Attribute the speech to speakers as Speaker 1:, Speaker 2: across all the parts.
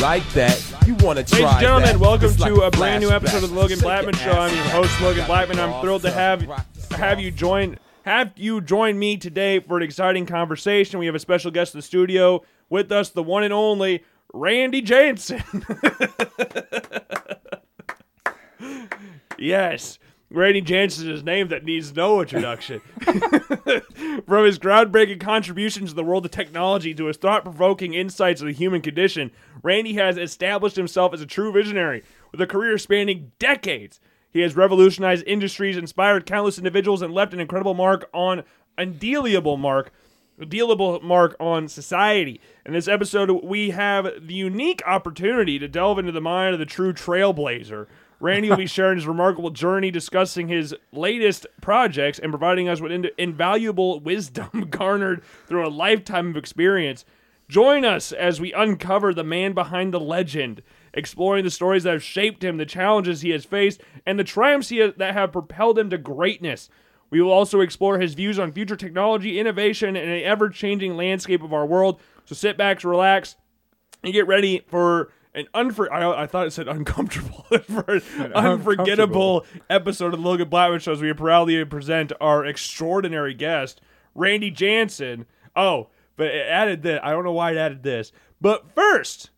Speaker 1: like that, you want to try.
Speaker 2: Ladies and gentlemen,
Speaker 1: that.
Speaker 2: welcome
Speaker 1: It's
Speaker 2: to
Speaker 1: like
Speaker 2: a brand new episode of the Logan
Speaker 1: flashback.
Speaker 2: Blackman
Speaker 1: Shake
Speaker 2: Show.
Speaker 1: your
Speaker 2: I'm your
Speaker 1: ass
Speaker 2: host,
Speaker 1: back.
Speaker 2: Logan Blackman. I'm
Speaker 1: Rock
Speaker 2: thrilled to
Speaker 1: the
Speaker 2: have
Speaker 1: rock the
Speaker 2: have you join have you join me today for an exciting conversation. We have a special guest in the studio with us, the one and only Randy Jansen. Yes. Randy Jansen is a name that needs no introduction. From his groundbreaking contributions to the world of technology to his thought provoking insights of the human condition, Randy has established himself as a true visionary with a career spanning decades. He has revolutionized industries, inspired countless individuals, and left an incredible mark on, undealable mark a dealable mark on society. In this episode, we have the unique opportunity to delve into the mind of the true trailblazer. Randy will be sharing his remarkable journey, discussing his latest projects, and providing us with in- invaluable wisdom garnered through a lifetime of experience. Join us as we uncover the man behind the legend, exploring the stories that have shaped him, the challenges he has faced, and the triumphs he has, that have propelled him to greatness. We will also explore his views on future technology, innovation, and an ever changing landscape of our world. So sit back, relax, and get ready for an unfor- I, I thought it said uncomfortable for an unforgettable episode of the Logan Blackman Show as we proudly present our extraordinary guest, Randy Jansen. Oh, but it added that. I don't know why it added this. But first,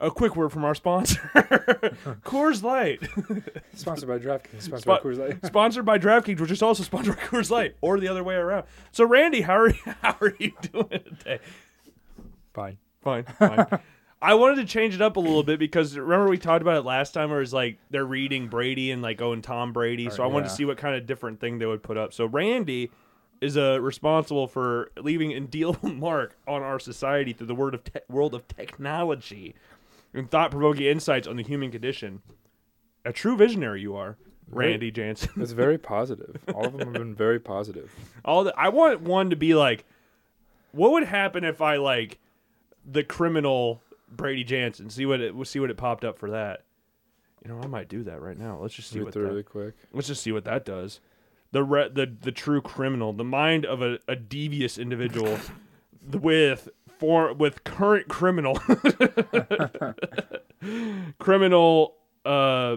Speaker 2: a quick word from our sponsor, Coors Light.
Speaker 3: Sponsored by DraftKings. Sponsored by
Speaker 2: But-
Speaker 3: Coors Light.
Speaker 2: sponsored by DraftKings, which is also sponsored by Coors Light, or the other way around. So, Randy, how are you, how are you doing today?
Speaker 3: Fine.
Speaker 2: Fine, fine. I wanted to change it up a little bit because remember we talked about it last time, where it's like they're reading Brady and like going Tom Brady. So I wanted to
Speaker 3: yeah.
Speaker 2: see what kind of different thing they would put up. So Randy is uh, responsible for leaving an deal mark on our society through the word of te- world of technology and thought-provoking insights on the human condition. A true visionary you are, Randy Jansen.
Speaker 3: It's very positive. All of them have been very positive.
Speaker 2: All the, I want one to be like, what would happen if I like the criminal Brady Jansen? See what it see what it popped up for that. You know, I might do that right now. Let's just see
Speaker 3: Do
Speaker 2: what
Speaker 3: it
Speaker 2: that,
Speaker 3: through really quick.
Speaker 2: let's just see what that does. The re, the the true criminal, the mind of a, a devious individual with for with current criminal criminal uh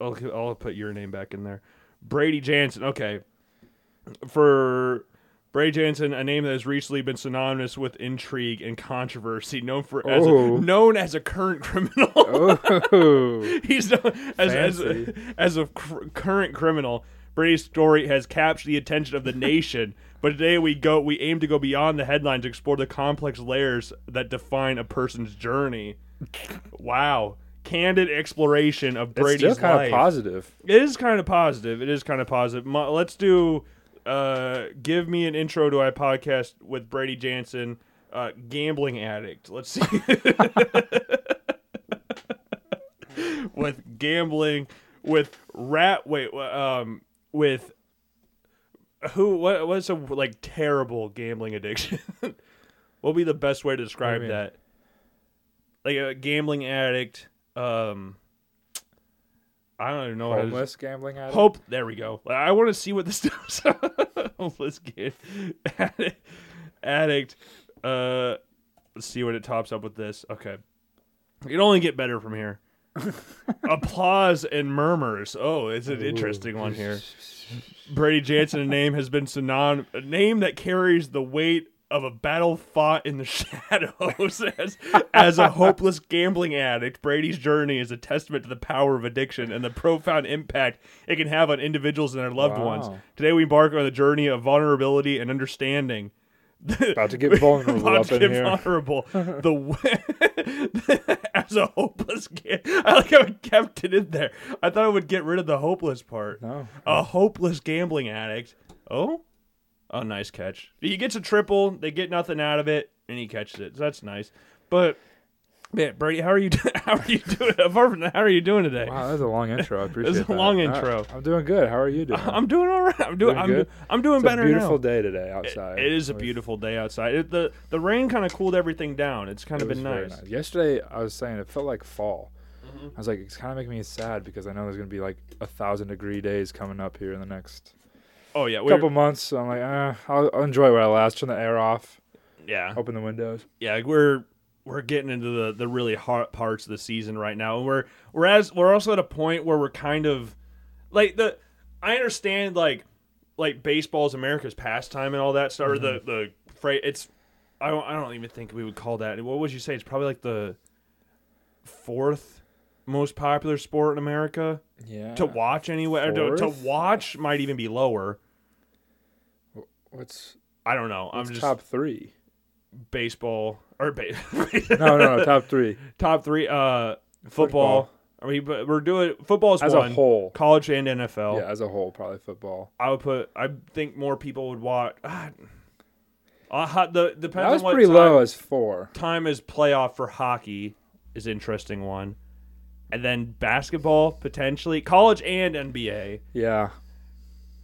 Speaker 2: I'll, I'll put your name back in there. Brady Jansen. Okay. For Brady Jansen, a name that has recently been synonymous with intrigue and controversy, known for as a-
Speaker 3: Oh.
Speaker 2: known as a current criminal.
Speaker 3: Oh,
Speaker 2: He's known as as,
Speaker 3: Fancy.
Speaker 2: as a cr- current criminal. Brady's story has captured the attention of the nation, but today we go we aim to go beyond the headlines to explore the complex layers that define a person's journey. Wow, candid exploration of
Speaker 3: it's still
Speaker 2: Brady's
Speaker 3: kind
Speaker 2: life.
Speaker 3: of positive.
Speaker 2: it is kind of positive. It is kind of positive. Mo- let's do uh give me an intro to our podcast with Brady Jansen, uh gambling addict. Let's see. with gambling with rat wait wha- um with who what what's a like terrible gambling addiction what would be the best way to describe
Speaker 3: mean?
Speaker 2: that like a gambling addict um i don't even know how to
Speaker 3: Homeless gambling addict.
Speaker 2: hope there we go Like, i want to see what this does homeless kid addict, addict uh let's see what it tops up with this okay it can only get better from here applause and murmurs oh it's an interesting one here Brady Jansen, a name has been synonym, a name that carries the weight of a battle fought in the shadows. as, as a hopeless gambling addict, Brady's journey is a testament to the power of addiction and the profound impact it can have on individuals and their loved ones.
Speaker 3: Wow.
Speaker 2: Today, we embark on the journey of vulnerability and understanding.
Speaker 3: About to get vulnerable
Speaker 2: About
Speaker 3: up
Speaker 2: to
Speaker 3: in
Speaker 2: get
Speaker 3: here.
Speaker 2: vulnerable. The w- as a hopeless ga- I like how it kept it in there. I thought it would get rid of the hopeless part.
Speaker 3: No.
Speaker 2: A hopeless gambling addict. Oh, oh, nice catch. He gets a triple. They get nothing out of it, and he catches it. So that's nice. But man, Brady, how are you? How are you doing? Apart from that, how are you doing today?
Speaker 3: Wow, that was a long intro. I appreciate
Speaker 2: a
Speaker 3: that.
Speaker 2: long
Speaker 3: I-
Speaker 2: intro.
Speaker 3: I'm doing good. How are you doing?
Speaker 2: I'm doing all right. I'm doing.
Speaker 3: Doing
Speaker 2: I'm,
Speaker 3: good?
Speaker 2: do- I'm doing
Speaker 3: it's
Speaker 2: better
Speaker 3: a beautiful
Speaker 2: now.
Speaker 3: day today outside.
Speaker 2: It is a beautiful day outside. It, the the rain kind of cooled everything down. It's kind
Speaker 3: It
Speaker 2: of
Speaker 3: was
Speaker 2: been
Speaker 3: very
Speaker 2: nice. Mm-hmm.
Speaker 3: Yesterday, I was saying it felt like fall. I was like, it's kind of making me sad because I know there's gonna be like a thousand degree days coming up here in the next
Speaker 2: Oh yeah, we
Speaker 3: couple months. So "Ah, I'm like, eh, I'll, I'll enjoy it while I last. Turn the air off,
Speaker 2: yeah,
Speaker 3: open the windows.
Speaker 2: yeah. We're we're getting into the the really hot parts of the season right now, and we're we're as we're also at a point where we're kind of like the I understand like like baseball's America's pastime and all that stuff. Or
Speaker 3: Mm-hmm.
Speaker 2: the the phrase it's I don't, I don't even think we would call that. What would you say? It's probably like the fourth most popular sport in America
Speaker 3: Yeah.
Speaker 2: to watch anyway. or to, to
Speaker 3: Uh, Fourth?
Speaker 2: watch might even be lower.
Speaker 3: What's,
Speaker 2: I don't know. I'm
Speaker 3: what's
Speaker 2: just
Speaker 3: top three?
Speaker 2: baseball or ba-
Speaker 3: No, no, no. Top three
Speaker 2: top three. Uh, football.
Speaker 3: Football.
Speaker 2: I mean, but we're doing football's
Speaker 3: as
Speaker 2: one.
Speaker 3: a whole.
Speaker 2: College and NFL.
Speaker 3: Yeah, as a whole, probably football.
Speaker 2: I would put. I think more people would watch. Ah, uh, ho- the depends
Speaker 3: That was
Speaker 2: on what
Speaker 3: pretty
Speaker 2: time,
Speaker 3: low as four.
Speaker 2: time is playoff for hockey is interesting one, and then basketball potentially college and NBA
Speaker 3: Yeah,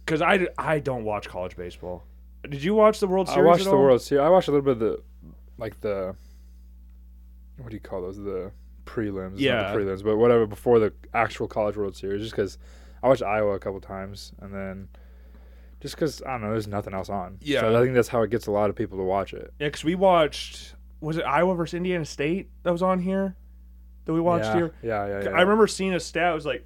Speaker 2: because I, I don't watch college baseball. Did you watch the World
Speaker 3: I
Speaker 2: Series?
Speaker 3: watched
Speaker 2: at
Speaker 3: the
Speaker 2: all?
Speaker 3: World Series. I watched a little bit of the, like the, what do you call those? The prelims. Not the
Speaker 2: Yeah.
Speaker 3: prelims, but whatever before the actual College World Series. Just because I watched Iowa a couple times, and then just because I don't know, there's nothing else on.
Speaker 2: Yeah.
Speaker 3: so I think that's how it gets a lot of people to watch it.
Speaker 2: Yeah, because we watched. Was it Iowa versus Indiana State that was on here? That we watched
Speaker 3: yeah.
Speaker 2: here.
Speaker 3: Yeah, yeah, yeah.
Speaker 2: I remember seeing a stat. It was like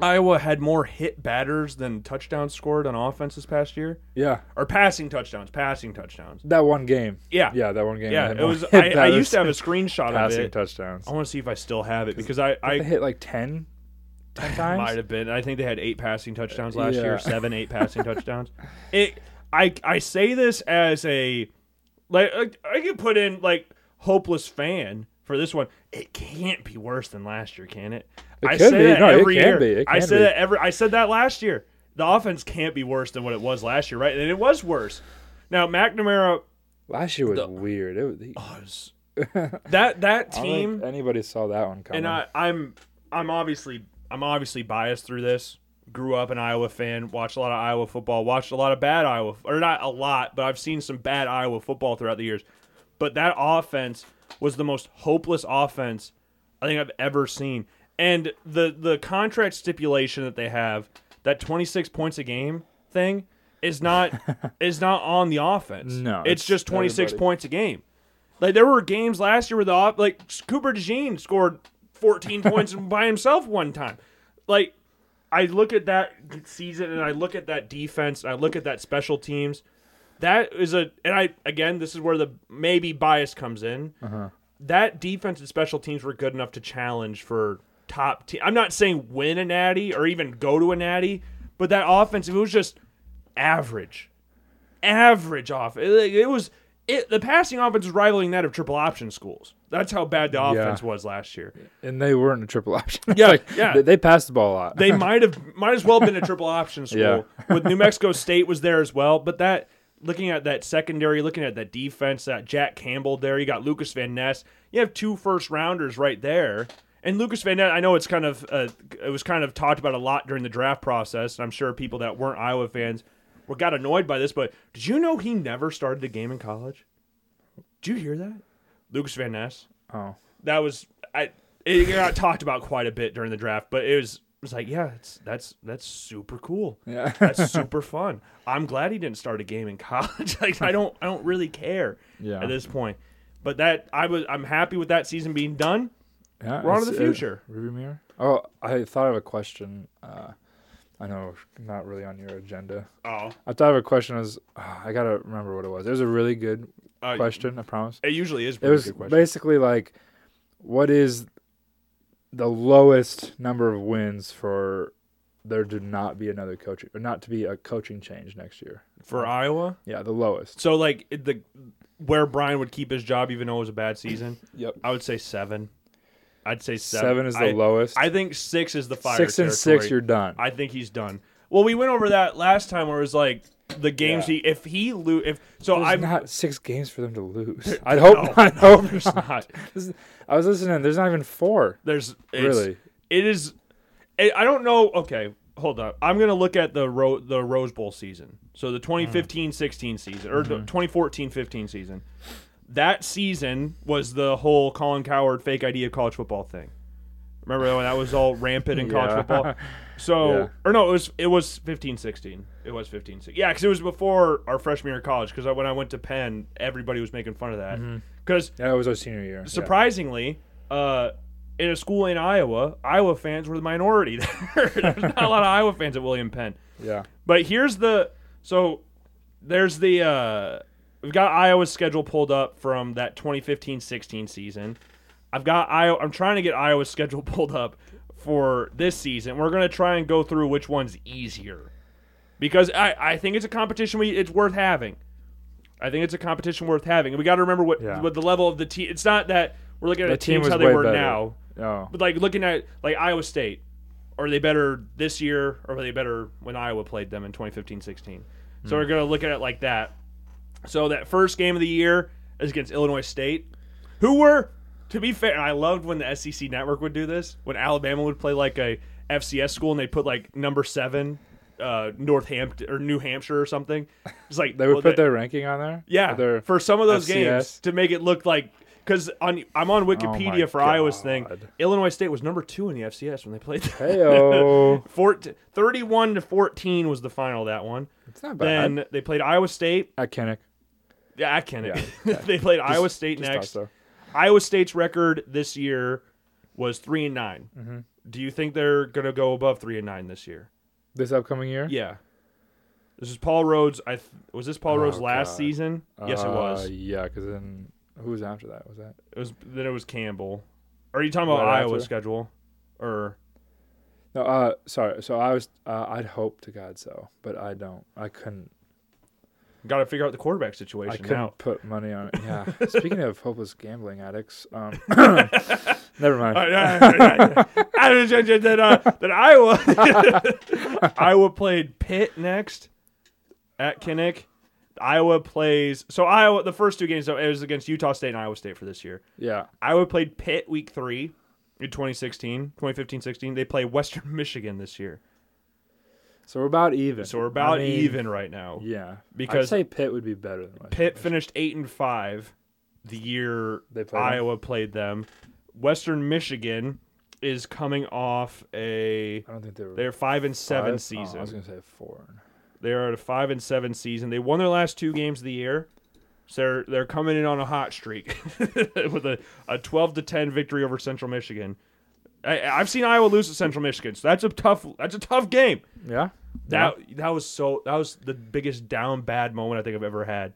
Speaker 2: Iowa had more hit batters than touchdowns scored on offense this past year,
Speaker 3: Yeah,
Speaker 2: or passing touchdowns, passing touchdowns.
Speaker 3: that one game.
Speaker 2: Yeah, yeah.
Speaker 3: Yeah, that one game. they had
Speaker 2: it
Speaker 3: more
Speaker 2: was.
Speaker 3: hit
Speaker 2: I, I
Speaker 3: batters
Speaker 2: used to have a
Speaker 3: than
Speaker 2: screenshot of
Speaker 3: passing
Speaker 2: it.
Speaker 3: touchdowns.
Speaker 2: I want to see if I still have it because I,
Speaker 3: they
Speaker 2: I
Speaker 3: hit like 10, 10 times.
Speaker 2: might have been. I think they had eight passing touchdowns last year,
Speaker 3: Yeah.
Speaker 2: seven, eight passing touchdowns. It. I I say this as a like I, I could put in like hopeless fan for this one. It can't be worse than last year, can it? I
Speaker 3: can
Speaker 2: say
Speaker 3: be.
Speaker 2: that
Speaker 3: No, it
Speaker 2: every
Speaker 3: can
Speaker 2: year.
Speaker 3: be. It
Speaker 2: I
Speaker 3: can
Speaker 2: said
Speaker 3: be.
Speaker 2: that every. I said that last year. The offense can't be worse than what it was last year, right? And it was worse. Now McNamara
Speaker 3: Last year was weird. It was, he-
Speaker 2: was that that
Speaker 3: I don't think
Speaker 2: team.
Speaker 3: Anybody saw that one coming?
Speaker 2: and I, I'm I'm obviously I'm obviously biased through this. Grew up an Iowa fan, watched a lot of Iowa football, watched a lot of bad Iowa, or not a lot, but I've seen some bad Iowa football throughout the years. But that offense was the most hopeless offense I think I've ever seen. And the the contract stipulation that they have, that 26 points a game thing, is not is not on the offense.
Speaker 3: No,
Speaker 2: it's
Speaker 3: it's
Speaker 2: just 26
Speaker 3: everybody.
Speaker 2: points a game. Like there were games last year where the op- like Cooper DeJean scored 14 points by himself one time. Like I look at that season and I look at that defense, and I look at that special teams. That is a and I again this is where the maybe bias comes in. That defense and special teams were good enough to challenge for top team. I'm not saying win a natty or even go to a natty, but that offense if it was just average average off. It, it was it, the passing offense was rivaling that of triple option schools. That's how bad the offense was last year.
Speaker 3: and they weren't a triple option. It's
Speaker 2: Yeah,
Speaker 3: like,
Speaker 2: yeah.
Speaker 3: They, they passed the ball a lot.
Speaker 2: They might have might as well been a triple option school.
Speaker 3: Yeah.
Speaker 2: With New Mexico State was there as well, but that looking at that secondary, looking at that defense, that Jack Campbell there, you got Lucas Van Ness. You have two first rounders right there. And Lucas Van Ness, I know it's kind of uh, it was kind of talked about a lot during the draft process, and I'm sure people that weren't Iowa fans were got annoyed by this, but did you know he never started a game in college? Did you hear that? Lucas Van Ness
Speaker 3: oh,
Speaker 2: that was I it got talked about quite a bit during the draft, but it was it was like, yeah, it's that's that's super cool.
Speaker 3: Yeah.
Speaker 2: that's super fun. I'm glad he didn't start a game in college. like I don't I don't really care
Speaker 3: Yeah.
Speaker 2: at this point. But that I was I'm happy with that season being done.
Speaker 3: yeah.
Speaker 2: We're on to
Speaker 3: it's-
Speaker 2: the future.
Speaker 3: It, rearview mirror. Oh, I thought of a question. Uh, I know, not really on your agenda.
Speaker 2: Oh,
Speaker 3: I thought of a question. As ah, I gotta remember what it was. It was a really good
Speaker 2: Uh,
Speaker 3: question. I promise.
Speaker 2: it usually is. a
Speaker 3: It
Speaker 2: pretty
Speaker 3: was
Speaker 2: good question.
Speaker 3: basically like, what is the lowest number of wins for there to not be another coaching or not to be a coaching change next year?
Speaker 2: for Iowa.
Speaker 3: Yeah, the lowest.
Speaker 2: So like it- the where Brian would keep his job even though it was a bad season,
Speaker 3: Yep.
Speaker 2: I would say seven. I'd say seven.
Speaker 3: Seven, is the
Speaker 2: I,
Speaker 3: lowest.
Speaker 2: I think six is the fire.
Speaker 3: six and
Speaker 2: territory.
Speaker 3: six, you're done.
Speaker 2: I think he's done. Well, we went over that last time where it was like the games he if he lose if so
Speaker 3: There's
Speaker 2: I've
Speaker 3: not six games for them to lose. I hope not. I hope
Speaker 2: there's
Speaker 3: not.
Speaker 2: not
Speaker 3: This- I was listening. There's not even four.
Speaker 2: there's it's,
Speaker 3: Really?
Speaker 2: it is I I don't know okay hold on I'm gonna look at the Ro- the Rose Bowl season so the 2015-16 season or the 2014-15 season that season was the whole Colin Coward fake idea college football thing Remember when that was all rampant in college
Speaker 3: Yeah.
Speaker 2: football? So,
Speaker 3: Yeah.
Speaker 2: or no, it was it was 15, 16. It was 15, 16. Yeah, because it was before our freshman year of college. Because when I went to Penn, everybody was making fun of that. Because
Speaker 3: Yeah, it was our senior year.
Speaker 2: surprisingly, uh, in a school in Iowa, Iowa fans were the minority there. There's not a lot of Iowa fans at William Penn.
Speaker 3: Yeah.
Speaker 2: But here's the so there's the uh we've got Iowa's schedule pulled up from that 2015-16 season. I've got Iowa I'm trying to get Iowa's schedule pulled up for this season. We're going to try and go through which one's easier. Because I I think it's a competition we it's worth having. I think it's a competition worth having. And we got to remember what
Speaker 3: Yeah.
Speaker 2: what the level of the team it's not that we're looking at
Speaker 3: The
Speaker 2: the
Speaker 3: team
Speaker 2: teams
Speaker 3: was
Speaker 2: how they
Speaker 3: way
Speaker 2: were
Speaker 3: better.
Speaker 2: now.
Speaker 3: Yeah. Oh.
Speaker 2: But like looking at like Iowa State, are they better this year or were they better when Iowa played them in 2015-16? So
Speaker 3: Hmm.
Speaker 2: we're going to look at it like that. So that first game of the year is against Illinois State, who were to be fair, I loved when the SEC network would do this, when Alabama would play like a FCS school and they put like number 7 uh, Northampton or New Hampshire or something. It's like
Speaker 3: They would
Speaker 2: well,
Speaker 3: put their ranking on there.
Speaker 2: yeah,
Speaker 3: Or Their,
Speaker 2: for some of those games
Speaker 3: FCS.
Speaker 2: to make it look like because on I'm on Wikipedia for Iowa's thing.
Speaker 3: Oh God.
Speaker 2: Illinois State was number two in the FCS when they played.
Speaker 3: Heyo.
Speaker 2: Fourt- 31 to 14 was the final of that one.
Speaker 3: it's not bad.
Speaker 2: Then they played Iowa State.
Speaker 3: At Kinnick.
Speaker 2: Yeah, I can't. they played Iowa State
Speaker 3: Just
Speaker 2: next.
Speaker 3: thought
Speaker 2: Iowa State's record this year was three and 9
Speaker 3: Mm-hmm.
Speaker 2: Do you think they're gonna go above three and nine this year?
Speaker 3: so. This upcoming year?
Speaker 2: Yeah. This is Paul Rhodes. I th- was this Paul Rhodes last
Speaker 3: Oh, God.
Speaker 2: season. Yes, it
Speaker 3: Uh,
Speaker 2: was.
Speaker 3: Yeah, because then who was after that? Was that?
Speaker 2: It was then it was Campbell. Are you talking about
Speaker 3: Right
Speaker 2: Iowa's
Speaker 3: after?
Speaker 2: schedule? Or
Speaker 3: No, uh, sorry. So I was, uh, I'd hope to God so, but I don't. I couldn't.
Speaker 2: got to figure out the quarterback
Speaker 3: I
Speaker 2: situation
Speaker 3: couldn't
Speaker 2: now.
Speaker 3: put money on it. Yeah. Speaking of hopeless gambling addicts, um, never mind.
Speaker 2: Oh, that, uh, that Iowa Iowa played Pitt next at Kinnick. Iowa plays so Iowa the first two games though it was against Utah State and Iowa State for this year.
Speaker 3: Yeah.
Speaker 2: Iowa played Pitt week 3 in 2016, 2015-16. They play Western Michigan this year.
Speaker 3: So we're about even.
Speaker 2: So we're about
Speaker 3: I mean,
Speaker 2: even right now.
Speaker 3: Yeah.
Speaker 2: Because-
Speaker 3: I'd say Pitt would be better than West.
Speaker 2: Pitt finished eight and five the year
Speaker 3: They played them?
Speaker 2: Iowa played them. Western Michigan is coming off a
Speaker 3: I don't think they were.
Speaker 2: they're five and seven
Speaker 3: five? Oh, I was
Speaker 2: season.
Speaker 3: gonna say four.
Speaker 2: They are at a five and seven season. They won their last two games of the year. So they're they're coming in on a hot streak with a, a twelve to ten victory over Central Michigan. I, I've seen Iowa lose to Central Michigan, so that's a tough that's a tough game.
Speaker 3: Yeah.
Speaker 2: That that was so that was the biggest down bad moment I think I've ever had.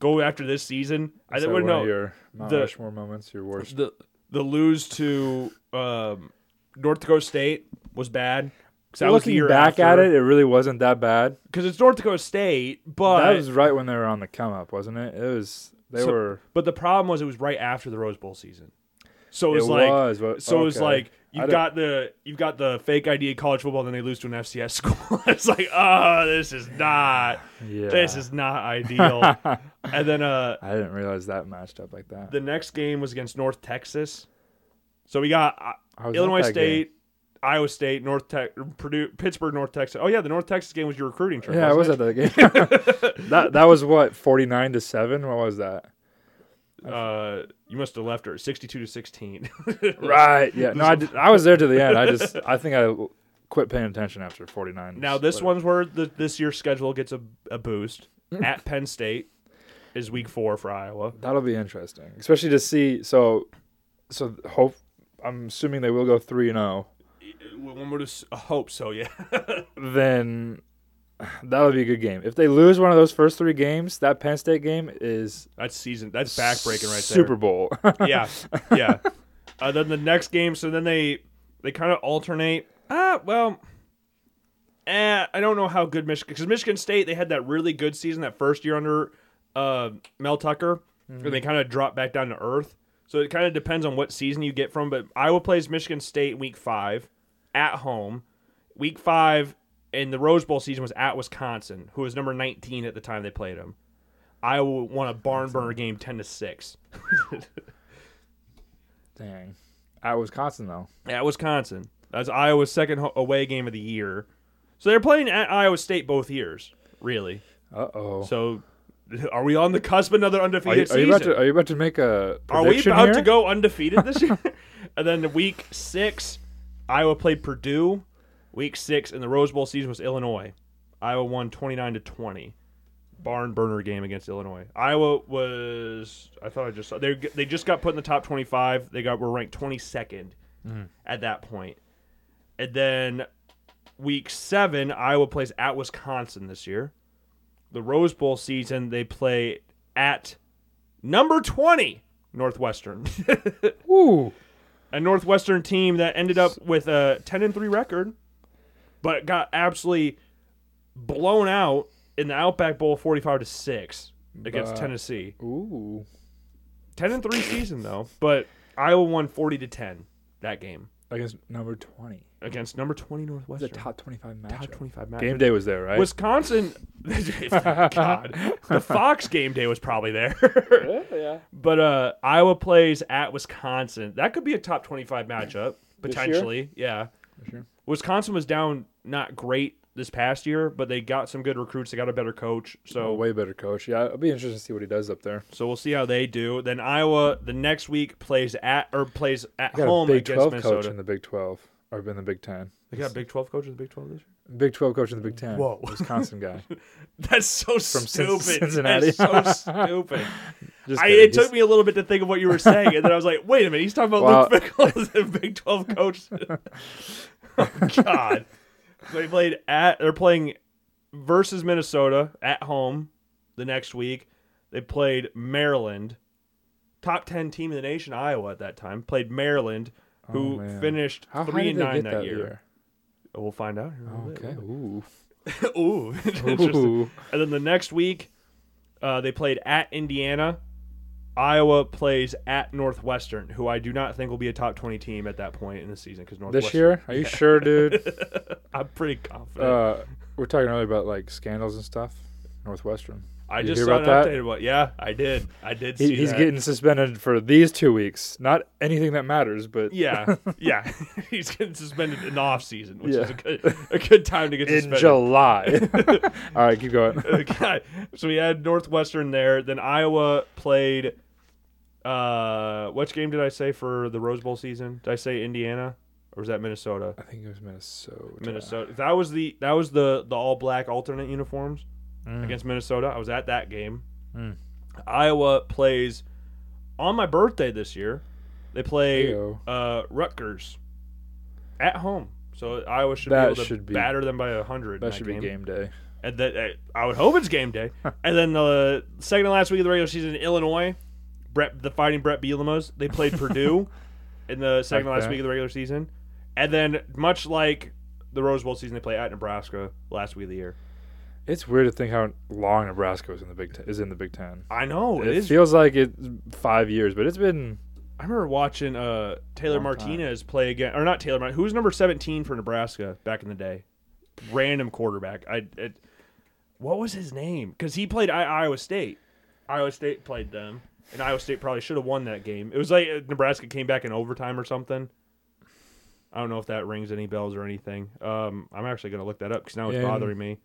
Speaker 2: Go after this season, I
Speaker 3: Is that
Speaker 2: wouldn't
Speaker 3: one of
Speaker 2: know
Speaker 3: your Mount
Speaker 2: the-
Speaker 3: Rushmore moments, your worst.
Speaker 2: the the lose to um, North Dakota State was bad. 'Cause that was the
Speaker 3: Looking
Speaker 2: year
Speaker 3: back at
Speaker 2: after.
Speaker 3: it, it really wasn't that bad.
Speaker 2: because it's North Dakota State, but
Speaker 3: that was right when they were on the come up, wasn't it? It was. They
Speaker 2: So-
Speaker 3: were.
Speaker 2: but the problem was it was right after the Rose Bowl season, so it was
Speaker 3: it
Speaker 2: like
Speaker 3: was. But,
Speaker 2: so it was
Speaker 3: okay.
Speaker 2: like
Speaker 3: I
Speaker 2: you've
Speaker 3: don't-
Speaker 2: got the you've got the fake idea of college football, then they lose to an FCS school. it's like oh, this is not
Speaker 3: Yeah.
Speaker 2: this is not ideal. and then uh,
Speaker 3: I didn't realize that matched up like that.
Speaker 2: the next game was against North Texas, so we got uh,
Speaker 3: I was at
Speaker 2: Illinois
Speaker 3: Oh, that
Speaker 2: State, Iowa State, North Tech, Purdue, Pittsburgh, North Texas. Oh yeah, the North Texas game was your recruiting trip.
Speaker 3: game. Yeah, I was
Speaker 2: wasn't
Speaker 3: at that game. that that was what forty nine to seven. What was that?
Speaker 2: it? Uh, you must have left her sixty-two to sixteen.
Speaker 3: Right. Yeah. No, I, did, I was there to the end. I just I think I quit paying attention after forty nine.
Speaker 2: now this one's where the, this year's schedule gets a, a boost. at Penn State is week four for Iowa.
Speaker 3: That'll be interesting, especially to see. So, so hope I'm assuming they will go three and oh. zero.
Speaker 2: One would s- hope so. Yeah,
Speaker 3: Then that would be a good game. If they lose one of those first three games, that Penn State game is
Speaker 2: that's season. That's backbreaking right there.
Speaker 3: Super Bowl.
Speaker 2: yeah, yeah. Uh, then the next game, so then they they kind of alternate. Ah, well, eh, I don't know how good Michigan because Michigan State they had that really good season that first year under uh, Mel Tucker, and they kind of dropped back down to earth. So it kind of depends on what season you get from. But Iowa plays Michigan State week five at home. Week five in the Rose Bowl season was at Wisconsin, who was number nineteen at the time they played them. Iowa won a barn burner game ten to six.
Speaker 3: Dang. At Wisconsin though.
Speaker 2: at Wisconsin. That's Iowa's second ho- away game of the year. So they're playing at Iowa State both years, really.
Speaker 3: Uh oh.
Speaker 2: So are we on the cusp of another
Speaker 3: Are you,
Speaker 2: undefeated
Speaker 3: are you about
Speaker 2: season?
Speaker 3: to are you about to make a
Speaker 2: are we
Speaker 3: prediction
Speaker 2: about to
Speaker 3: here?
Speaker 2: go undefeated this year? and then week six Iowa played Purdue week six, and the Rose Bowl season was Illinois. Iowa won 29 to 20. Barn burner game against Illinois. Iowa was I thought I just saw they they just got put in the top 25. They got were ranked 22nd at that point. And then week 7 Iowa plays at Wisconsin this year. The Rose Bowl season they play at number 20 Northwestern.
Speaker 3: Ooh.
Speaker 2: a Northwestern team that ended up with a 10 and 3 record, but got absolutely blown out in the Outback Bowl 45 to 6 against
Speaker 3: Bah.
Speaker 2: Tennessee.
Speaker 3: Ooh.
Speaker 2: 10 and 3 season though, but Iowa won 40 to 10 that game
Speaker 3: I guess number 20.
Speaker 2: against number 20
Speaker 3: The
Speaker 2: Northwestern.
Speaker 3: top 25 matchup.
Speaker 2: Top 25 match.
Speaker 3: Game day was there, right?
Speaker 2: Wisconsin God. The Fox game day was probably there.
Speaker 3: yeah.
Speaker 2: But uh, Iowa plays at Wisconsin. That could be a top twenty-five matchup
Speaker 3: This year?
Speaker 2: potentially. Yeah.
Speaker 3: year?
Speaker 2: Wisconsin was down not great this past year, but they got some good recruits. They got a better coach,
Speaker 3: A
Speaker 2: so
Speaker 3: way better coach. Yeah, it'll be interesting to see what he does up there.
Speaker 2: so we'll see how they do. Then Iowa the next week plays at or plays at
Speaker 3: They got
Speaker 2: home
Speaker 3: a Big
Speaker 2: against
Speaker 3: 12 coach
Speaker 2: Minnesota.
Speaker 3: in the Big 12, or in the Big 10.
Speaker 2: they got a Big Twelve coach in the Big Twelve this year.
Speaker 3: Big 12 coach in the Big 10.
Speaker 2: Whoa.
Speaker 3: Wisconsin guy.
Speaker 2: That's so
Speaker 3: Cin-
Speaker 2: stupid.
Speaker 3: Cincinnati.
Speaker 2: That's so stupid.
Speaker 3: Just
Speaker 2: I,
Speaker 3: kidding.
Speaker 2: it took
Speaker 3: He's-
Speaker 2: me a little bit to think of what you were saying, and then I was like, "Wait a minute, he's talking about
Speaker 3: Wow.
Speaker 2: Luke Fickle as the Big Twelve coach." oh God, they played at they're playing versus Minnesota at home the next week. They played Maryland, top ten team in the nation, Iowa at that time. Played Maryland,
Speaker 3: Oh,
Speaker 2: who
Speaker 3: man.
Speaker 2: finished
Speaker 3: How high
Speaker 2: three
Speaker 3: did
Speaker 2: and
Speaker 3: they
Speaker 2: nine
Speaker 3: get Oh,
Speaker 2: that, year. We'll find out. here in a little bit.
Speaker 3: Okay. Ooh.
Speaker 2: Ooh, Interesting.
Speaker 3: Ooh.
Speaker 2: And then the next week, uh, they played at Indiana. Iowa plays at Northwestern, who I do not think will be a top twenty team at that point in the season because Northwestern.
Speaker 3: This year? Are you sure, dude?
Speaker 2: I'm pretty confident.
Speaker 3: Uh, we're talking earlier about like scandals and stuff. Northwestern.
Speaker 2: I
Speaker 3: you
Speaker 2: just
Speaker 3: hear
Speaker 2: saw an
Speaker 3: about that?
Speaker 2: updated one. Yeah, I did. I did see
Speaker 3: He, he's
Speaker 2: that.
Speaker 3: getting suspended for these two weeks. Not anything that matters, but
Speaker 2: Yeah, yeah. he's getting suspended in the off season, which is
Speaker 3: Yeah.
Speaker 2: a good, a good time to get
Speaker 3: in
Speaker 2: suspended.
Speaker 3: July. All right, keep going.
Speaker 2: God. So we had Northwestern there. Then Iowa played. Uh, which game did I say for the Rose Bowl season? Did I say Indiana or was that Minnesota?
Speaker 3: I think it was Minnesota.
Speaker 2: Minnesota. That was the that was the the all black alternate uniforms against Minnesota. I was at that game.
Speaker 3: Mm.
Speaker 2: Iowa plays on my birthday this year. They play
Speaker 3: Ayo.
Speaker 2: uh, Rutgers at home, so Iowa should
Speaker 3: That
Speaker 2: be able to
Speaker 3: should be-
Speaker 2: batter them by hundred.
Speaker 3: That should be game day.
Speaker 2: And that uh, I would hope it's game day. and then the second to last week of the regular season, Illinois, Brett, the Fighting Brett Bielemos, they played Purdue in the second to
Speaker 3: Like
Speaker 2: last
Speaker 3: that.
Speaker 2: week of the regular season, and then much like the Rose Bowl season, they play at Nebraska last week of the year.
Speaker 3: It's weird to think how long Nebraska was in the Big Ten, is in the Big Ten.
Speaker 2: I know
Speaker 3: It,
Speaker 2: it is.
Speaker 3: feels like it's five years, but it's been
Speaker 2: I remember watching uh, Taylor
Speaker 3: Long time.
Speaker 2: Martinez play again, or not Taylor. Mar- Who was number seventeen for Nebraska back in the day? Random quarterback. I it, what was his name? Because he played I- Iowa State. Iowa State played them, and Iowa State probably should have won that game. It was like uh, Nebraska came back in overtime or something. I don't know if that rings any bells or anything. Um, I'm actually gonna look that up because now it's
Speaker 3: In
Speaker 2: bothering me.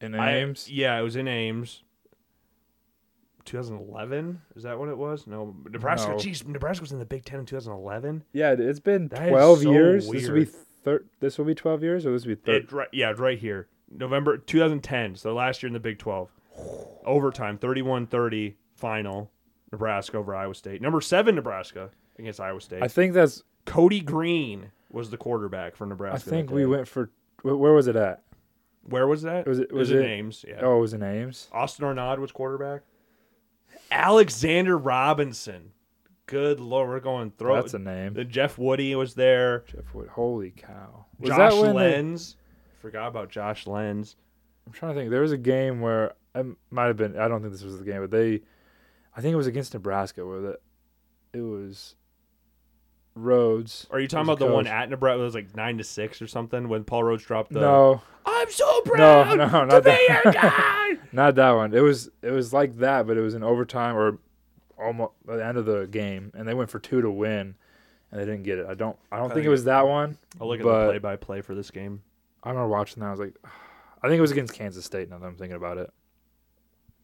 Speaker 3: in
Speaker 2: I-
Speaker 3: Ames.
Speaker 2: yeah, it was in Ames. 2011 is that what it was? No, Nebraska.
Speaker 3: No.
Speaker 2: Jeez, Nebraska was in the Big Ten in 2011.
Speaker 3: yeah, it- it's been
Speaker 2: That is
Speaker 3: twelve
Speaker 2: so
Speaker 3: years. This will be
Speaker 2: weird.
Speaker 3: thir- This will be twelve years, or this will be thirteen.
Speaker 2: It, right, yeah, right here, November 2010. So last year in the Big 12, overtime, 31-30 final, Nebraska over Iowa State. Number seven, Nebraska against Iowa State.
Speaker 3: I think that's.
Speaker 2: Cody Green was the quarterback for
Speaker 3: I
Speaker 2: Nebraska. that
Speaker 3: think we
Speaker 2: day.
Speaker 3: went for. Where, where was it at?
Speaker 2: Where was that?
Speaker 3: Was it- was
Speaker 2: in
Speaker 3: it-
Speaker 2: Ames? Yeah.
Speaker 3: Oh, it was in Ames.
Speaker 2: Austin Arnod was quarterback. Alexander Robinson. Good lord, we're going throw.
Speaker 3: That's a name.
Speaker 2: Then Jeff Woody was there.
Speaker 3: Jeff Wood. Holy cow! Was
Speaker 2: Josh
Speaker 3: when they-
Speaker 2: Lenz. Forgot about Josh Lenz.
Speaker 3: I'm trying to think. There was a game where it might have been. I don't think this was the game, but they. I think it was against Nebraska where the, it was. Rhodes.
Speaker 2: Are you talking
Speaker 3: Who's
Speaker 2: about
Speaker 3: the
Speaker 2: the one
Speaker 3: coach?
Speaker 2: at Nebraska? It was like nine to six or something when Paul Rhodes dropped the.
Speaker 3: no,
Speaker 2: I'm so proud
Speaker 3: no,
Speaker 2: to
Speaker 3: not
Speaker 2: be
Speaker 3: that.
Speaker 2: your guy.
Speaker 3: not that one. It was it was like that, but it was in overtime or almost at the end of the game, and they went for two to win, and they didn't get it. I don't. I don't think it was that one.
Speaker 2: I'll look at
Speaker 3: But-
Speaker 2: the play-by-play for this game.
Speaker 3: I remember watching that. I was like, I think it was against Kansas State. Now that I'm thinking about it,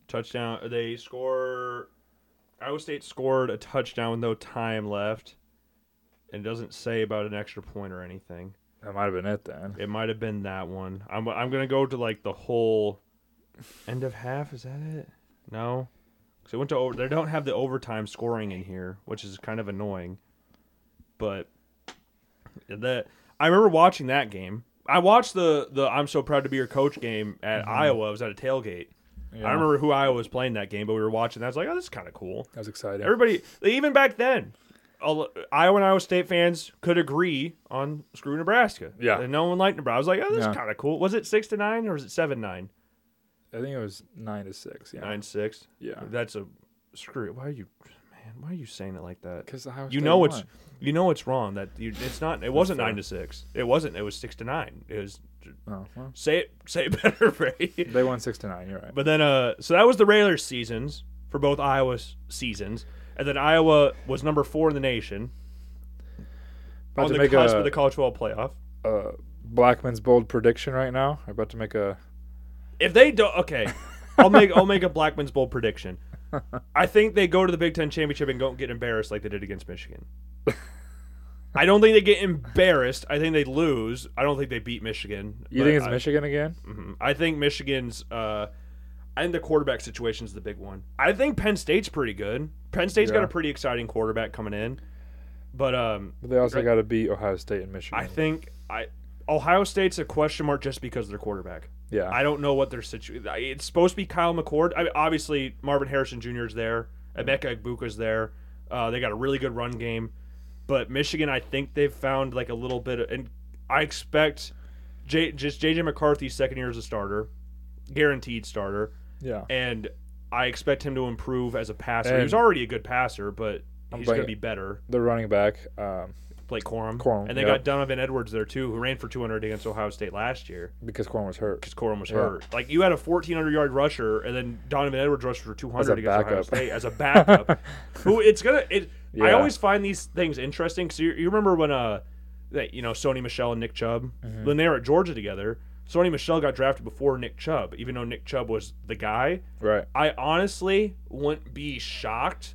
Speaker 2: Touchdown. They score. Iowa State scored a touchdown with no time left, and it doesn't say about an extra point or anything.
Speaker 3: That might have been it then.
Speaker 2: It might have been that one. I'm I'm gonna go to like the whole end of half. Is that it? No, because it went to over. They don't have the overtime scoring in here, which is kind of annoying. But that I remember watching that game. I watched the the I'm so proud to be your coach game at Iowa. I was at a tailgate.
Speaker 3: Yeah.
Speaker 2: I remember who Iowa was playing that game, but we were watching. that. I was like, oh, this is kind of cool.
Speaker 3: That was exciting.
Speaker 2: Everybody, even back then, all- Iowa and Iowa State fans could agree on screw Nebraska.
Speaker 3: Yeah.
Speaker 2: and no one liked Nebraska. I was like, oh, this
Speaker 3: Yeah.
Speaker 2: is kind of cool. Was it six to nine or was it seven nine?
Speaker 3: I think it was nine to six. Yeah.
Speaker 2: Nine six.
Speaker 3: Yeah.
Speaker 2: that's a screw. Why are you, man? Why are you saying it like that?
Speaker 3: Because Iowa
Speaker 2: You
Speaker 3: State
Speaker 2: know
Speaker 3: won.
Speaker 2: it's you know it's wrong. That you, it's not. It wasn't
Speaker 3: fair.
Speaker 2: nine to six. It wasn't. It was six to nine. It was.
Speaker 3: Oh, well,
Speaker 2: Say it. Say it better, Ray.
Speaker 3: they won six to nine. You're right.
Speaker 2: But then, uh, so that was the regular seasons for both Iowa's seasons, and then Iowa was number four in the nation
Speaker 3: About
Speaker 2: on
Speaker 3: to
Speaker 2: the
Speaker 3: make
Speaker 2: cusp
Speaker 3: a,
Speaker 2: of the college football playoff.
Speaker 3: uh, Blackman's bold prediction right now. I'm about to make a.
Speaker 2: If they don't, okay, I'll make I'll make a Blackman's bold prediction. I think they go to the Big Ten championship and don't get embarrassed like they did against Michigan. I don't think they get embarrassed. I think they lose. I don't think they beat Michigan.
Speaker 3: You
Speaker 2: but
Speaker 3: think it's
Speaker 2: I,
Speaker 3: Michigan again?
Speaker 2: mhm. I think Michigan's. Uh, I think the quarterback situation's the big one. I think Penn State's pretty good. Penn State's got
Speaker 3: Yeah.
Speaker 2: a pretty exciting quarterback coming in, but um,
Speaker 3: But they also
Speaker 2: Right.
Speaker 3: got to beat Ohio State and Michigan.
Speaker 2: I think I Ohio State's a question mark just because of their quarterback.
Speaker 3: yeah.
Speaker 2: I don't know what their situation. It's supposed to be Kyle McCord. I mean, obviously, Marvin Harrison Jr. is there. Emeka Igbuka's there. Uh, they got a really good run game, but Michigan, I think they've found like a little bit. Of, and I expect J, just JJ McCarthy's second year as a starter, guaranteed starter,
Speaker 3: yeah.
Speaker 2: and I expect him to improve as a passer. he was
Speaker 3: And-
Speaker 2: already a good passer, but he's going to
Speaker 3: bringing-
Speaker 2: be better.
Speaker 3: The running back. Um,
Speaker 2: Play Corum.
Speaker 3: Corum,
Speaker 2: and they
Speaker 3: yeah.
Speaker 2: got Donovan Edwards there too, who ran for 200 against Ohio State last year
Speaker 3: because Corn was hurt.
Speaker 2: because Corum was
Speaker 3: Yeah.
Speaker 2: hurt. Like you had a 1400 yard rusher, and then Donovan Edwards rushed for 200
Speaker 3: As a
Speaker 2: against Ohio
Speaker 3: backup.
Speaker 2: State as a backup. who it's gonna. It, I
Speaker 3: Yeah.
Speaker 2: always find these things interesting. So you, you remember when uh, that you know Sony Michelle and Nick Chubb
Speaker 3: Mm-hmm.
Speaker 2: when they were at Georgia together. Sony Michelle got drafted before Nick Chubb, even though Nick Chubb was the guy.
Speaker 3: Right.
Speaker 2: I honestly wouldn't be shocked.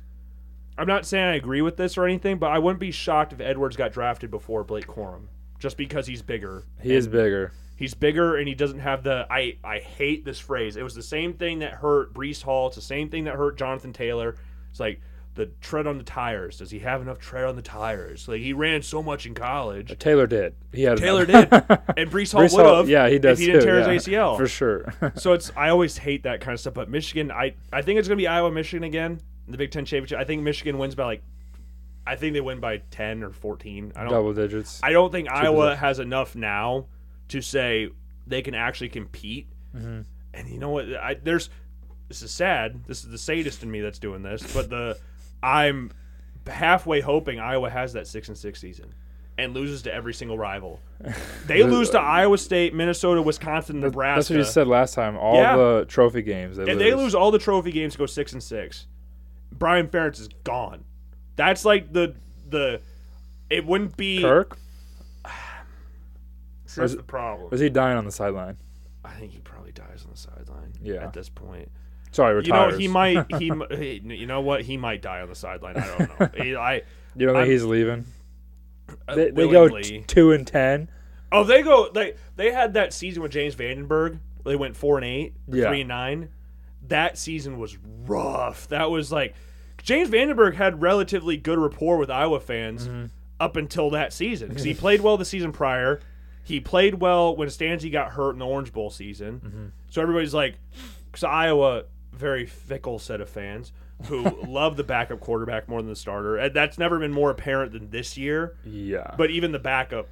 Speaker 2: I'm not saying I agree with this or anything, but I wouldn't be shocked if Edwards got drafted before Blake Corum, just because he's bigger
Speaker 3: He is bigger.
Speaker 2: He's bigger and he doesn't have the I I hate this phrase. It was the same thing that hurt Brees Hall. It's the same thing that hurt Jonathan Taylor. It's like the tread on the tires. Does he have enough tread on the tires? Like he ran so much in college.
Speaker 3: Taylor did. He had
Speaker 2: Taylor
Speaker 3: another-
Speaker 2: did, and Brees Hall
Speaker 3: Brees
Speaker 2: would
Speaker 3: Hall-
Speaker 2: have.
Speaker 3: Yeah, he does.
Speaker 2: If he didn't
Speaker 3: too,
Speaker 2: tear
Speaker 3: yeah.
Speaker 2: his ACL,
Speaker 3: for sure.
Speaker 2: so it's I always hate that kind of stuff. But Michigan, I I think it's gonna be Iowa, Michigan again in the Big Ten championship. I think Michigan wins by like, I think they win by ten or fourteen. I don't
Speaker 3: Double digits.
Speaker 2: I don't think Iowa has enough now to say they can actually compete.
Speaker 3: Mm-hmm.
Speaker 2: And you know what? I, there's this is sad. This is the sadist in me that's doing this, but the I'm halfway hoping Iowa has that six and six season and loses to every single rival. They lose to Iowa State, Minnesota, Wisconsin, Nebraska.
Speaker 3: That's what you said last time. All
Speaker 2: Yeah.
Speaker 3: the trophy games. They
Speaker 2: If
Speaker 3: lose.
Speaker 2: they lose all the trophy games, go six and six. Brian Ferentz is gone. That's like the the. It wouldn't be.
Speaker 3: Kirk,
Speaker 2: That's the problem.
Speaker 3: was he dying on the sideline?
Speaker 2: I think he probably dies on the sideline.
Speaker 3: Yeah.
Speaker 2: At this point,
Speaker 3: Sorry,
Speaker 2: you know
Speaker 3: retires.
Speaker 2: he might he m- he- you know what he might die on the sideline. I don't know. He- I
Speaker 3: You don't think
Speaker 2: I'm-
Speaker 3: he's leaving?
Speaker 2: uh,
Speaker 3: They, they go
Speaker 2: willingly-
Speaker 3: t- two and ten.
Speaker 2: oh, they go. They they had that season with James Vandenberg. They went four and eight,
Speaker 3: Yeah.
Speaker 2: three and nine. That season was rough. That was like James Vandenberg had relatively good rapport with Iowa fans up until that season because he played well the season prior. He played well when Stanzi got hurt in the Orange Bowl season. So everybody's like, because Iowa, very fickle set of fans who love the backup quarterback more than the starter. And that's never been more apparent than this year.
Speaker 3: Yeah,
Speaker 2: But even the backup,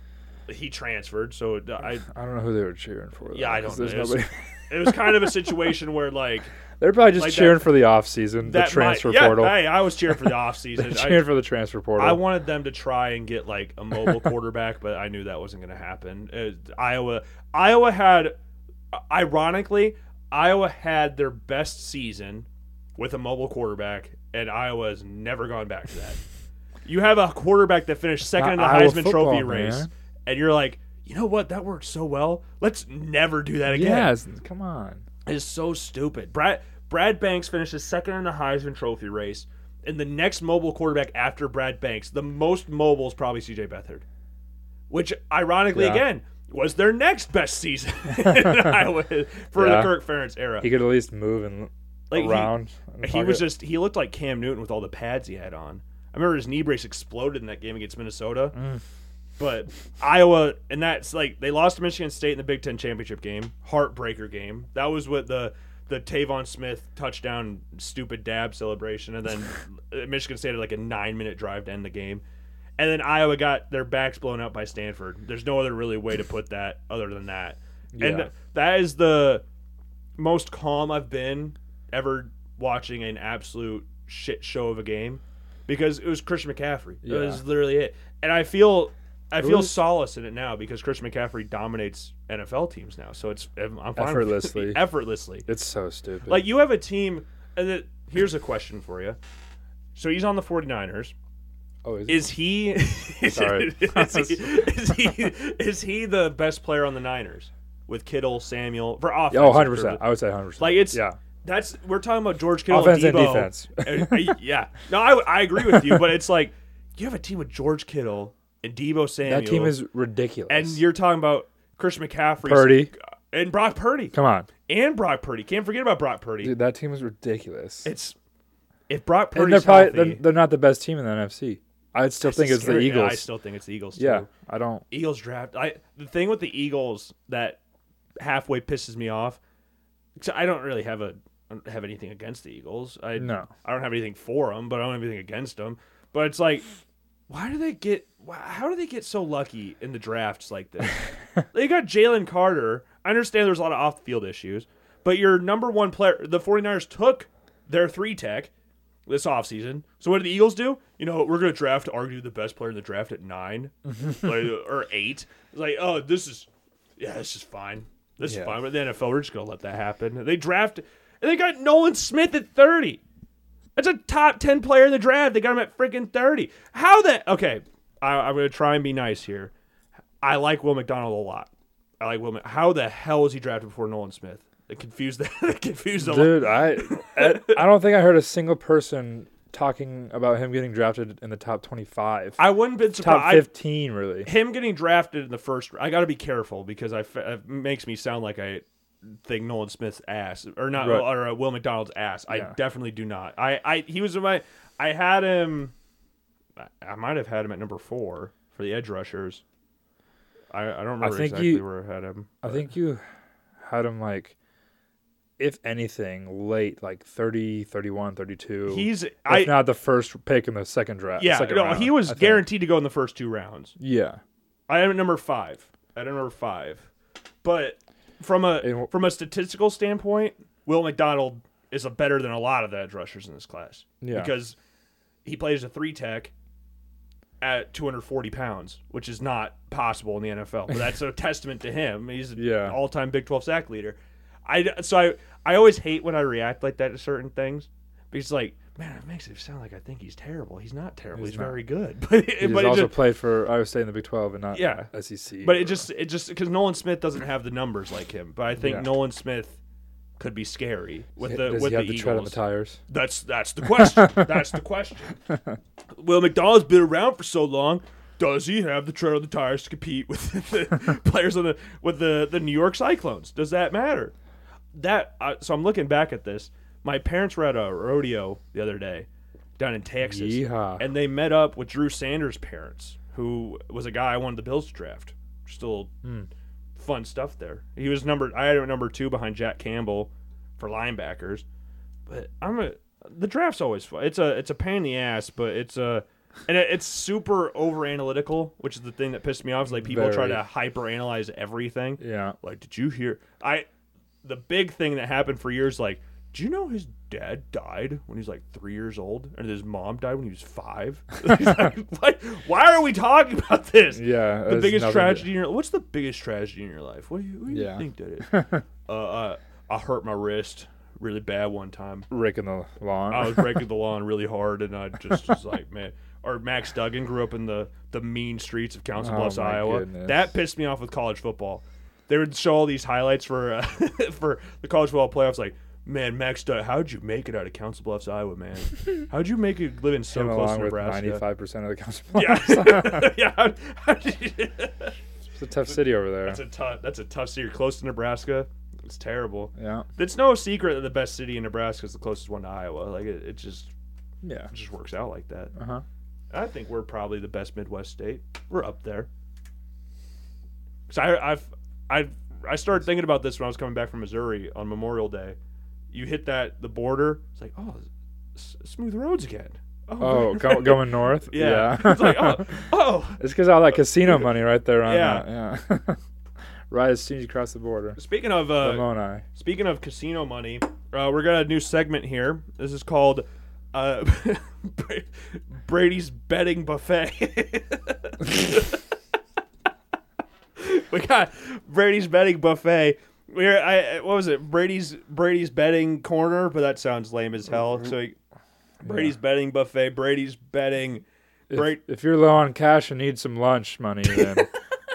Speaker 2: he transferred. So it- I,
Speaker 3: I don't know who they were cheering for.
Speaker 2: Yeah,
Speaker 3: though,
Speaker 2: I don't
Speaker 3: 'cause there's
Speaker 2: know. It's-
Speaker 3: nobody-
Speaker 2: it was kind of a situation where like
Speaker 3: They're probably just
Speaker 2: Like that-
Speaker 3: cheering for the offseason, the
Speaker 2: that
Speaker 3: transfer
Speaker 2: might, yeah,
Speaker 3: portal.
Speaker 2: Hey, I was cheering for the offseason.
Speaker 3: cheering
Speaker 2: I,
Speaker 3: for the transfer portal.
Speaker 2: I wanted them to try and get like a mobile quarterback, but I knew that wasn't going to happen. Uh, Iowa, Iowa had, ironically, Iowa had their best season with a mobile quarterback, and Iowa has never gone back to that. you have a quarterback that finished second in the
Speaker 3: Not Iowa
Speaker 2: Heisman
Speaker 3: football,
Speaker 2: Trophy race,
Speaker 3: man.
Speaker 2: and you're like, you know what? That worked so well. Let's never do that again
Speaker 3: yes, come on.
Speaker 2: is so stupid. Brad Brad Banks finishes second in the Heisman Trophy race. and the next mobile quarterback after Brad Banks, the most mobile is probably CJ Beathard, which ironically
Speaker 3: Yeah.
Speaker 2: again was their next best season in Iowa for
Speaker 3: Yeah.
Speaker 2: the Kirk Ferentz era.
Speaker 3: He could at least move and
Speaker 2: Like, he-
Speaker 3: around. in the
Speaker 2: He was
Speaker 3: pocket.
Speaker 2: just he looked like Cam Newton with all the pads he had on. I remember his knee brace exploded in that game against Minnesota. But Iowa and that's like they lost to Michigan State in the Big Ten championship game. Heartbreaker game. That was what the the Tavon Smith touchdown stupid dab celebration and then uh, Michigan State had like a nine minute drive to end the game. And then Iowa got their backs blown out by Stanford. There's no other really way to put that other than that.
Speaker 3: Yeah.
Speaker 2: And that is the most calm I've been ever watching an absolute shit show of a game because it was Christian McCaffrey. It
Speaker 3: Yeah.
Speaker 2: was literally it. And I feel I feel
Speaker 3: was-
Speaker 2: solace in it now because Christian McCaffrey dominates NFL teams now. So it's I'm I'm fine with it.
Speaker 3: Effortlessly.
Speaker 2: effortlessly.
Speaker 3: It's so stupid.
Speaker 2: Like you have a team and it, here's a question for you. So he's on the 49ers.
Speaker 3: oh, is,
Speaker 2: Is he is,
Speaker 3: Sorry.
Speaker 2: he is he is he the best player on the Niners with Kittle, Samuel for offense?
Speaker 3: oh, 100 percent. I would say 100. percent
Speaker 2: Like it's
Speaker 3: yeah,
Speaker 2: that's we're talking about George Kittle
Speaker 3: Offense and
Speaker 2: and, Debo. Uh,
Speaker 3: defense.
Speaker 2: uh, yeah, no, I, I agree with you, but it's like you have a team with George Kittle and Debo Samuel.
Speaker 3: that team is ridiculous.
Speaker 2: and you're talking about Chris McCaffrey,
Speaker 3: Purdy.
Speaker 2: and Brock Purdy,
Speaker 3: Come on,
Speaker 2: and Brock Purdy. Can't forget about Brock Purdy.
Speaker 3: dude, that team is ridiculous.
Speaker 2: It's if Brock
Speaker 3: and they're
Speaker 2: Purdy's
Speaker 3: probably
Speaker 2: healthy,
Speaker 3: they're, they're not the best team in the NFC. I still think it's the
Speaker 2: scary. Yeah,
Speaker 3: Eagles.
Speaker 2: I still think it's the Eagles.
Speaker 3: yeah,
Speaker 2: too.
Speaker 3: I don't.
Speaker 2: Eagles draft. I the thing with the Eagles that halfway pisses me off. 'cause I don't really have a I don't have anything against the Eagles. I
Speaker 3: No.
Speaker 2: I don't have anything for them, but I don't have anything against them. But it's like, why do they get? why- How do they get so lucky in the drafts like this? they got Jalen Carter. I understand there's a lot of off the field issues, but your number one player, the 49ers took their three tech this offseason. So what did the Eagles do? You know, we're going to draft argue the best player in the draft at nine like, or eight. It's like, oh, this is, yeah, this is fine. This
Speaker 3: Yeah.
Speaker 2: is fine. But the NFL, we're just going to let that happen. They draft, and they got Nolan Smith at 30. That's a top 10 player in the draft. They got him at freaking 30. How the, okay, I, I'm going to try and be nice here. I like Will McDonald a lot. I like Will. Mc- How the hell is he drafted before Nolan Smith? It confused that. It confused a lot.
Speaker 3: Dude, I I I don't think I heard a single person talking about him getting drafted in the top 25,
Speaker 2: I wouldn't been surprised.
Speaker 3: top
Speaker 2: I-
Speaker 3: 15, really.
Speaker 2: him getting drafted in the first. I got to be careful because I fe- it makes me sound like I think Nolan Smith's ass or not
Speaker 3: Right.
Speaker 2: or uh, Will McDonald's ass.
Speaker 3: Yeah.
Speaker 2: I definitely do not. I I he was in my. I had him. I- I might have had him at number four for the edge rushers. I, I don't remember
Speaker 3: think
Speaker 2: exactly
Speaker 3: you-
Speaker 2: where I had him.
Speaker 3: I think you had him like, if anything, late like 30, 31, 32.
Speaker 2: He's
Speaker 3: if
Speaker 2: I
Speaker 3: not the first pick in the second draft.
Speaker 2: yeah
Speaker 3: second
Speaker 2: no
Speaker 3: round,
Speaker 2: he
Speaker 3: I
Speaker 2: was
Speaker 3: think.
Speaker 2: guaranteed to go in the first two rounds.
Speaker 3: Yeah,
Speaker 2: I am at number five. I am at number five, but from a
Speaker 3: And-
Speaker 2: from a statistical standpoint, Will McDonald is a better than a lot of the edge rushers in this class.
Speaker 3: Yeah.
Speaker 2: because he plays a three tech at 240 pounds, which is not possible in the NFL. But that's a testament to him. He's an
Speaker 3: Yeah.
Speaker 2: all-time Big 12 sack leader. I so I I always hate when I react like that to certain things because like man, it makes it sound like I think he's terrible. He's not terrible. He's,
Speaker 3: not.
Speaker 2: very good. But
Speaker 3: he
Speaker 2: but it
Speaker 3: just also
Speaker 2: just-
Speaker 3: played for Iowa State in the Big 12 and not E
Speaker 2: Yeah.
Speaker 3: SEC.
Speaker 2: but it just it just because Nolan Smith doesn't have the numbers like him. But I think
Speaker 3: Yeah.
Speaker 2: Nolan Smith could be scary with the
Speaker 3: does
Speaker 2: with
Speaker 3: he have
Speaker 2: the
Speaker 3: the, tread on the
Speaker 2: Eagles.
Speaker 3: tires?
Speaker 2: that's that's the question. that's the question. Well, McDonald's been around for so long. Does he have the tread on the tires to compete with the players on the with the the New York Cyclones? Does that matter? That uh, so I'm looking back at this. My parents were at a rodeo the other day down in Texas,
Speaker 3: Yeehaw.
Speaker 2: and they met up with Drew Sanders' parents, who was a guy I wanted the Bills to draft. Still fun stuff there. He was number I had him at number two behind Jack Campbell for linebackers. But I'm a the draft's always fun. It's a it's a pain in the ass, but it's a and it, it's super over analytical, which is the thing that pissed me off. Is like people try
Speaker 3: Very.
Speaker 2: to hyper analyze everything.
Speaker 3: Yeah.
Speaker 2: Like, did you hear? I the big thing that happened for years, like, do you know his dad died when he was like three years old, and his mom died when he was five? Like, what? Why are we talking about this?
Speaker 3: Yeah.
Speaker 2: the
Speaker 3: it's
Speaker 2: biggest
Speaker 3: nothing to-
Speaker 2: tragedy in your what's the biggest tragedy in your life? What do you, what do you
Speaker 3: Yeah.
Speaker 2: think that is? uh, uh, I hurt my wrist really bad one time.
Speaker 3: Rick in the lawn.
Speaker 2: I was breaking the lawn really hard, and I just was like, man. Or Max Duggan grew up in the the mean streets of Council
Speaker 3: Oh,
Speaker 2: Bluffs,
Speaker 3: my
Speaker 2: Iowa.
Speaker 3: goodness.
Speaker 2: That pissed me off with college football. They would show all these highlights for uh, for the college football playoffs, like Man, Max, Dun- how'd you make it out of Council Bluffs, Iowa, man? How'd you make it living so
Speaker 3: Came
Speaker 2: close
Speaker 3: along
Speaker 2: to
Speaker 3: with
Speaker 2: Nebraska?
Speaker 3: ninety-five percent of the council.
Speaker 2: Yeah, yeah. How, how did you-
Speaker 3: it's a tough city over there.
Speaker 2: that's a tough. That's a tough city. You're close to Nebraska. It's terrible.
Speaker 3: yeah,
Speaker 2: It's no secret that the best city in Nebraska is the closest one to Iowa. Like it, it just
Speaker 3: yeah.
Speaker 2: it just works out like that.
Speaker 3: Uh huh.
Speaker 2: I think we're probably the best Midwest state. We're up there. Cause I I've I I started thinking about this when I was coming back from Missouri on Memorial Day. You hit that the border. It's like oh, s- smooth roads again.
Speaker 3: Oh,
Speaker 2: right,
Speaker 3: go,
Speaker 2: right.
Speaker 3: going north.
Speaker 2: yeah. it's like oh oh.
Speaker 3: It's because all that casino money right there on
Speaker 2: Yeah.
Speaker 3: that. Yeah. right as soon as you cross the border.
Speaker 2: Speaking of uh,
Speaker 3: Lamoni.
Speaker 2: Speaking of casino money, uh, we're got a new segment here. This is called uh, Bra- Brady's Betting Buffet. we got Brady's Betting Buffet. We're I what was it? Brady's Brady's Betting Corner, but that sounds lame as hell. So we- Brady's Betting Buffet, Brady's Betting.
Speaker 3: If,
Speaker 2: Bra-
Speaker 3: if you're low on cash and need some lunch money, then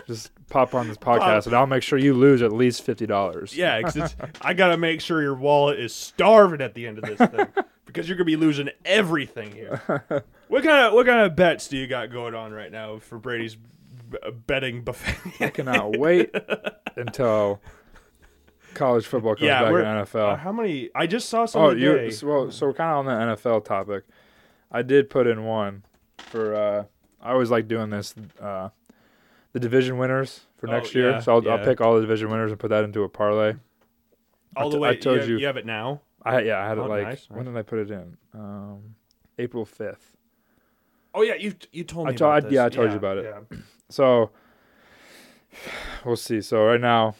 Speaker 3: just pop on this podcast and I'll make sure you lose at least fifty dollars.
Speaker 2: Yeah, 'cause it's, I gotta make sure your wallet is starving at the end of this thing because you're gonna be losing everything here. What kind of what kind of bets do you got going on right now for Brady's b- uh, betting buffet?
Speaker 3: Cannot wait until college football comes
Speaker 2: Yeah,
Speaker 3: back in
Speaker 2: we're-
Speaker 3: NFL.
Speaker 2: Uh, how many? I just saw some.
Speaker 3: oh,
Speaker 2: today.
Speaker 3: you so, well, so we're kind of on the NFL topic. I did put in one for. uh I always like doing this. uh The division winners for
Speaker 2: Oh,
Speaker 3: next year.
Speaker 2: yeah,
Speaker 3: so I'll,
Speaker 2: yeah.
Speaker 3: I'll pick all the division winners and put that into a parlay.
Speaker 2: all
Speaker 3: t-
Speaker 2: the
Speaker 3: I
Speaker 2: way.
Speaker 3: told
Speaker 2: you, have,
Speaker 3: you.
Speaker 2: have it now.
Speaker 3: I yeah, I had
Speaker 2: Oh,
Speaker 3: it like
Speaker 2: nice,
Speaker 3: when did I put it in? Um, April fifth.
Speaker 2: Oh yeah, you you told
Speaker 3: I
Speaker 2: me.
Speaker 3: told-
Speaker 2: about
Speaker 3: I-
Speaker 2: this.
Speaker 3: yeah, I told you about it.
Speaker 2: yeah.
Speaker 3: So we'll see. So right now,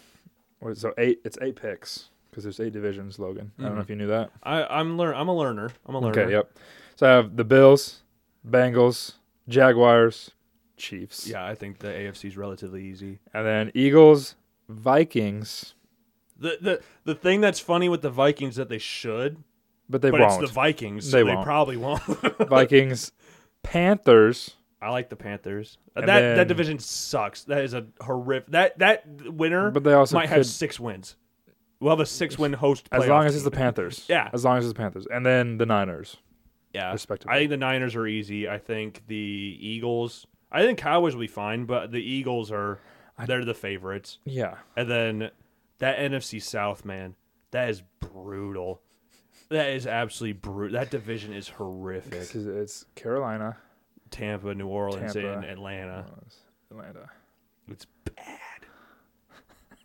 Speaker 3: what is- so eight. It's eight picks because there's eight divisions. Logan, I
Speaker 2: Mm-hmm.
Speaker 3: don't know if you knew that.
Speaker 2: I, I'm learn. I'm a learner. I'm a learner.
Speaker 3: Okay, yep. So I have the Bills, Bengals, Jaguars, Chiefs,
Speaker 2: Yeah, I think the AFC's relatively easy.
Speaker 3: and then Eagles, Vikings,
Speaker 2: The the the thing that's funny with the Vikings that they should,
Speaker 3: but they
Speaker 2: but
Speaker 3: won't.
Speaker 2: it's the Vikings. so
Speaker 3: They
Speaker 2: they
Speaker 3: won't.
Speaker 2: probably won't.
Speaker 3: Vikings, Panthers.
Speaker 2: I like the Panthers. Uh,
Speaker 3: And
Speaker 2: that
Speaker 3: then-
Speaker 2: that division sucks. That is a horrific. That that winner
Speaker 3: But they also
Speaker 2: might
Speaker 3: could-
Speaker 2: have six wins. We'll have a six win host.
Speaker 3: As
Speaker 2: playoff
Speaker 3: long as it's
Speaker 2: team.
Speaker 3: the Panthers.
Speaker 2: Yeah.
Speaker 3: As long as it's the Panthers, and then the Niners.
Speaker 2: yeah.
Speaker 3: respectively.
Speaker 2: I think the Niners are easy. I think the Eagles. I think Cowboys will be fine, but the Eagles are they're the favorites.
Speaker 3: Yeah.
Speaker 2: And then that NFC South man, that is brutal. That is absolutely brutal. That division is
Speaker 3: This
Speaker 2: horrific.
Speaker 3: is- It's Carolina,
Speaker 2: Tampa, New Orleans,
Speaker 3: Tampa.
Speaker 2: and Atlanta.
Speaker 3: Atlanta.
Speaker 2: It's bad.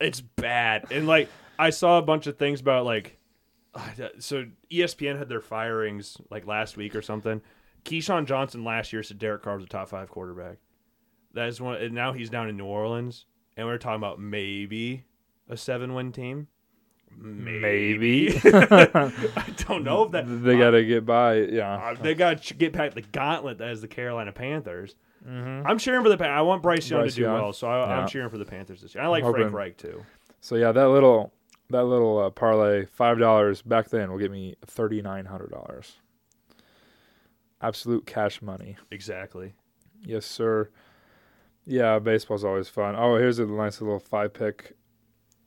Speaker 2: It's bad. And like I saw a bunch of things about like uh, so E ESPN had their firings like last week or something. Keyshawn Johnson last year said Derek Carr was a top five quarterback. That is one and now he's down in New Orleans and we're talking about maybe a seven win team.
Speaker 3: Maybe
Speaker 2: I don't know if that
Speaker 3: they got to get by. Yeah.
Speaker 2: uh, they got to get back the gauntlet that is the Carolina Panthers. I'm cheering for the Pan- I want Bryce Young
Speaker 3: Mm-hmm. Bryce
Speaker 2: to do
Speaker 3: Young.
Speaker 2: well, so I,
Speaker 3: Yeah.
Speaker 2: I'm cheering for the Panthers this year. I like
Speaker 3: I'm
Speaker 2: Frank
Speaker 3: hoping-
Speaker 2: Reich too.
Speaker 3: So yeah, that little that little uh, parlay five dollars back then will get me thirty nine hundred dollars. Absolute cash money.
Speaker 2: Exactly.
Speaker 3: Yes, sir. Yeah, baseball's always fun. Oh, here's a nice little five pick.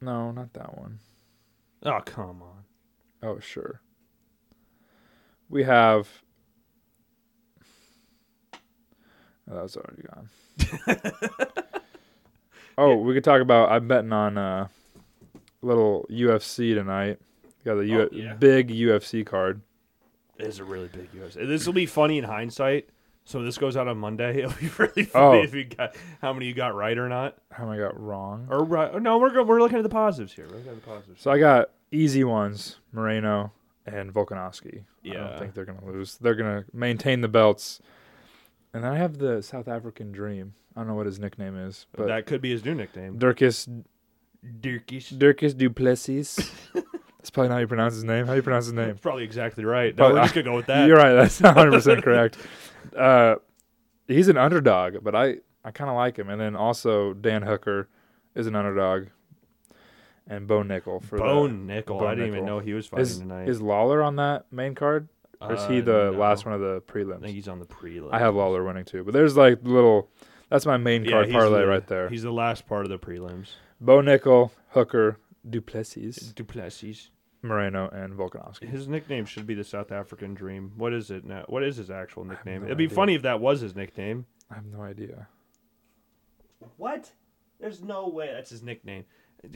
Speaker 3: No, not that one.
Speaker 2: Oh come on.
Speaker 3: Oh, sure. We have. Oh, that was already gone. oh, we could talk about. I'm betting on uh, little UFC tonight. Got the U-
Speaker 2: Oh, yeah.
Speaker 3: big UFC card.
Speaker 2: This is a really big UFC. This will be funny in hindsight. So this goes out on Monday. It'll be really funny
Speaker 3: Oh.
Speaker 2: if you got how many you got right or not.
Speaker 3: How am I got wrong?
Speaker 2: Or right? No, we're go, we're looking at the positives here. We're looking at the positives.
Speaker 3: So I got easy ones: Moreno and Volkanovski. I
Speaker 2: Yeah.
Speaker 3: don't think they're gonna lose. They're gonna maintain the belts. And I have the South African Dream. I don't know what his nickname is, but
Speaker 2: that could be his new nickname.
Speaker 3: Durkis
Speaker 2: Dirkish.
Speaker 3: Dirkus Duplessis. That's probably not how you pronounce his name. How do you pronounce his name?
Speaker 2: That's probably exactly right. No,
Speaker 3: But,
Speaker 2: we're
Speaker 3: uh,
Speaker 2: just gonna go with that.
Speaker 3: You're right. That's not 100 percent correct. Uh, he's an underdog, but I I kind of like him. And then also Dan Hooker is an underdog, and Bo Nickel for the-
Speaker 2: Bone Nickel.
Speaker 3: Bo
Speaker 2: I didn't even
Speaker 3: Nickel.
Speaker 2: know he was fighting
Speaker 3: Is
Speaker 2: tonight.
Speaker 3: is Lawler on that main card, or is he
Speaker 2: Uh,
Speaker 3: the
Speaker 2: no.
Speaker 3: last one of the
Speaker 2: I think
Speaker 3: prelims?
Speaker 2: he's on the prelim.
Speaker 3: I have Lawler winning too, but there's like little. That's my main card
Speaker 2: he's
Speaker 3: parlay
Speaker 2: the-
Speaker 3: right there.
Speaker 2: He's the last part of the prelims.
Speaker 3: Bo Nickel, Hooker, Duplessis.
Speaker 2: Duplessis.
Speaker 3: Moreno and Volkanovski.
Speaker 2: His nickname should be the South African Dream. What is it now? What is his actual nickname?
Speaker 3: no
Speaker 2: It'd be
Speaker 3: idea.
Speaker 2: funny if that was his nickname.
Speaker 3: I have no idea.
Speaker 2: What? There's no way that's his nickname.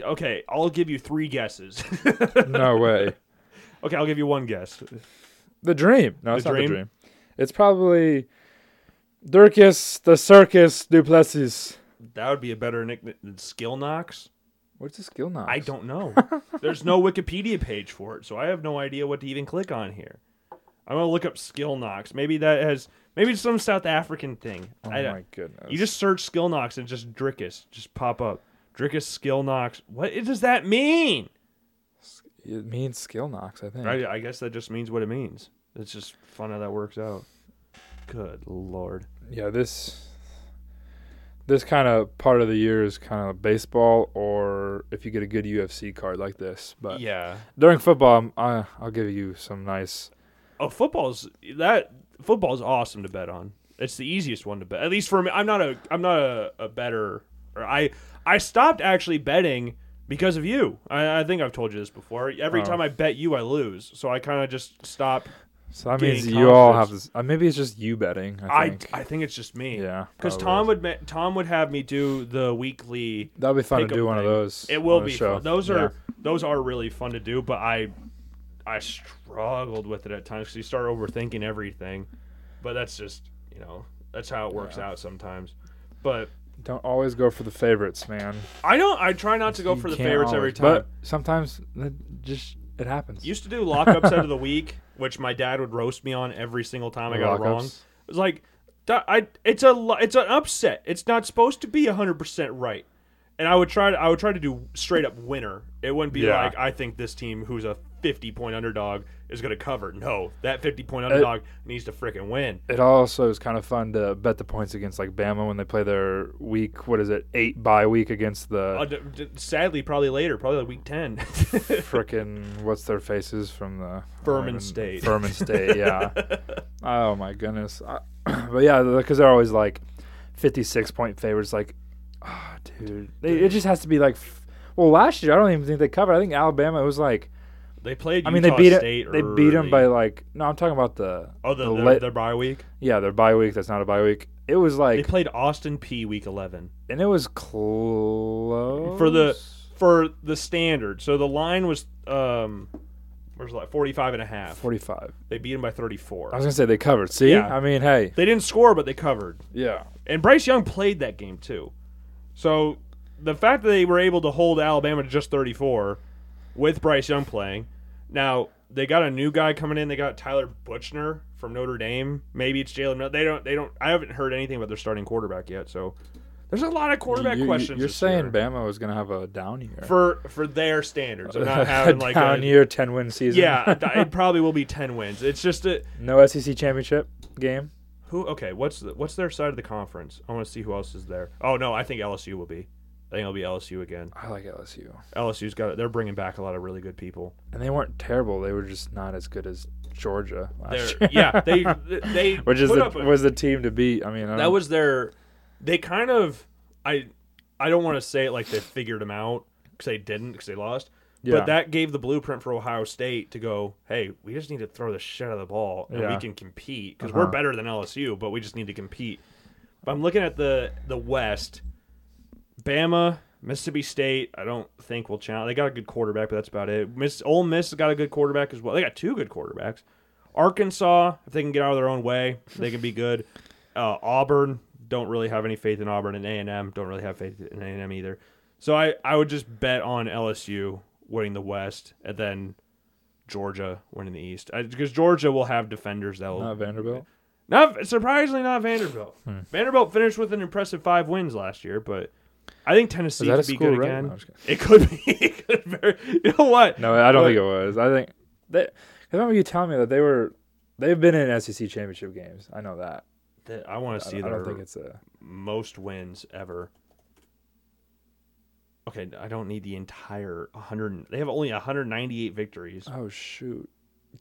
Speaker 2: Okay, I'll give you three guesses.
Speaker 3: No way.
Speaker 2: okay, I'll give you one guess.
Speaker 3: The Dream. No, it's not
Speaker 2: Dream?
Speaker 3: the Dream. It's probably Dirkus the Circus Duplessis.
Speaker 2: That would be a better nickname than Skill Knox.
Speaker 3: What's a skill knock?
Speaker 2: I don't know. There's no Wikipedia page for it, so I have no idea what to even click on here. I'm gonna look up Skill Knox. Maybe that has maybe it's some South African thing.
Speaker 3: Oh
Speaker 2: I don't-
Speaker 3: my goodness.
Speaker 2: You just search Skill Knox and just Drickus just pop up. Drickus Skill Knox. What does that mean?
Speaker 3: It means skill knocks, I think.
Speaker 2: I, I guess that just means what it means. It's just fun how that works out. Good lord.
Speaker 3: Yeah, this this kind of part of the year is kind of baseball, or if you get a good UFC card like this. But
Speaker 2: yeah.
Speaker 3: during football, I'm- I, I'll give you some nice.
Speaker 2: Oh, football's that football's awesome to bet on. It's the easiest one to bet. At least for me, I'm not a I'm not a, a better. Or I I stopped actually betting because of you. I, I think I've told you this before. Every
Speaker 3: Oh.
Speaker 2: time I bet you, I lose. So I kind of just stop.
Speaker 3: So that
Speaker 2: Gain
Speaker 3: means you all have
Speaker 2: confidence.
Speaker 3: this. Uh, maybe it's just you betting. I
Speaker 2: I
Speaker 3: think.
Speaker 2: I think it's just me.
Speaker 3: yeah,
Speaker 2: Because
Speaker 3: probably.
Speaker 2: Tom would ma- Tom would have me do the weekly.
Speaker 3: That would be fun to
Speaker 2: pickup
Speaker 3: do one of
Speaker 2: thing.
Speaker 3: those.
Speaker 2: It will
Speaker 3: on the
Speaker 2: be.
Speaker 3: show.
Speaker 2: Fun. Those are
Speaker 3: Yeah.
Speaker 2: those are really fun to do, but I I struggled with it at times because you start overthinking everything. But that's just you know that's how it works out sometimes. But
Speaker 3: Don't always go for the favorites, man.
Speaker 2: I don't. I try not to go
Speaker 3: You
Speaker 2: for the
Speaker 3: can't
Speaker 2: favorites every
Speaker 3: always,
Speaker 2: time.
Speaker 3: But sometimes that just it happens.
Speaker 2: Used to do lockups end of the week, which my dad would roast me on every single time I got it wrong.
Speaker 3: Lockups.
Speaker 2: It was like, "Da- I it's a lo- it's an upset. It's not supposed to be hundred percent right. And I would try to I would try to do straight up winner. It wouldn't be
Speaker 3: Yeah.
Speaker 2: like I think this team who's a fifty point underdog is going to cover. No, that fifty
Speaker 3: Uh,
Speaker 2: point underdog needs to freaking win.
Speaker 3: It also is kind of fun to bet the points against like Bama when they play their week. What is it? Eight bye week against
Speaker 2: Uh,
Speaker 3: the
Speaker 2: d- d- Sadly, probably later, probably like week ten.
Speaker 3: frickin' what's their faces from the
Speaker 2: Furman
Speaker 3: Furman-
Speaker 2: State.
Speaker 3: Furman State, yeah. oh my goodness. I, but yeah, because they're always like fifty-six point favorites. Like, ah, dude, they, it just has to be like. f- Well, last year I don't even think they covered. I think Alabama was like.
Speaker 2: they played.
Speaker 3: I mean, they
Speaker 2: Utah
Speaker 3: beat
Speaker 2: State
Speaker 3: it. They beat them
Speaker 2: early.
Speaker 3: by like. No, I'm talking about the.
Speaker 2: oh the, the,
Speaker 3: late-
Speaker 2: their bye week.
Speaker 3: yeah, their bye week. That's not a bye week. It was
Speaker 2: They
Speaker 3: like,
Speaker 2: played Austin P week eleven.
Speaker 3: and it was close
Speaker 2: for the for the standard. So the line was um where's that 45 and a half.
Speaker 3: forty-five.
Speaker 2: They beat him by
Speaker 3: I
Speaker 2: 34.
Speaker 3: was gonna say they covered. See,
Speaker 2: Yeah.
Speaker 3: I mean, hey,
Speaker 2: They didn't score but they covered.
Speaker 3: yeah,
Speaker 2: And Bryce Young played that game too. So the fact that they were able to hold Alabama to just 34 with Bryce Young playing. Now, they got a new guy coming in. They got Tyler Butchner from Notre Dame. Maybe it's Jalen. Mil- They don't they don't I haven't heard anything about their starting quarterback yet, so there's a lot of quarterback
Speaker 3: You- you-
Speaker 2: questions.
Speaker 3: You're
Speaker 2: this
Speaker 3: saying
Speaker 2: year.
Speaker 3: Bama was gonna have a down year
Speaker 2: for for their standards. of not
Speaker 3: a
Speaker 2: having like
Speaker 3: down
Speaker 2: a,
Speaker 3: year, ten win season.
Speaker 2: Yeah, th- it probably will be ten wins. It's just a
Speaker 3: no SEC championship game.
Speaker 2: who? Okay, what's the, what's their side of the conference? I want to see who else is there. Oh no, I think LSU will be. I think it'll be LSU again.
Speaker 3: I like LSU,
Speaker 2: LSU's got it. They're bringing back a lot of really good people.
Speaker 3: and they weren't terrible. They were just not as good as Georgia
Speaker 2: They're,
Speaker 3: last year.
Speaker 2: yeah, they they
Speaker 3: which is
Speaker 2: put
Speaker 3: the,
Speaker 2: up a-
Speaker 3: was the team to beat. I mean, I
Speaker 2: that
Speaker 3: don't-
Speaker 2: was their. They kind of I I don't want to say it like they figured them out because they didn't because they lost.
Speaker 3: Yeah.
Speaker 2: But that gave the blueprint for Ohio State to go, hey, we just need to throw the shit out of the ball and we
Speaker 3: Yeah.
Speaker 2: can compete because we're
Speaker 3: Uh-huh.
Speaker 2: better than LSU, but we just need to compete. But I'm looking at the the West, Bama, Mississippi State. I don't think will challenge. They got a good quarterback, but that's about it. Miss Ole Miss got a good quarterback as well. They got two good quarterbacks. Arkansas, if they can get out of their own way, they can be good. Uh, Auburn, don't really have any faith in Auburn, and A and M don't really have faith in A and M either. So I I would just bet on LSU winning the West, and then. Georgia winning the East I- because Georgia will have defenders that will
Speaker 3: not Vanderbilt.
Speaker 2: not surprisingly, not Vanderbilt.
Speaker 3: Hmm.
Speaker 2: Vanderbilt finished with an impressive five wins last year, but I think Tennessee
Speaker 3: Is that a
Speaker 2: could be
Speaker 3: school
Speaker 2: good
Speaker 3: right?
Speaker 2: again.
Speaker 3: No, I'm just kidding.
Speaker 2: it could be. It could very, you know what?
Speaker 3: No, I don't
Speaker 2: But-
Speaker 3: think it was. I think they. I remember you telling me that they were. They've been in SEC championship games. I know that.
Speaker 2: Th- I want to
Speaker 3: I
Speaker 2: see
Speaker 3: don't, I
Speaker 2: their
Speaker 3: don't think it's a.
Speaker 2: most wins ever. Okay, I don't need the entire 100. They have only 198 victories.
Speaker 3: Oh shoot!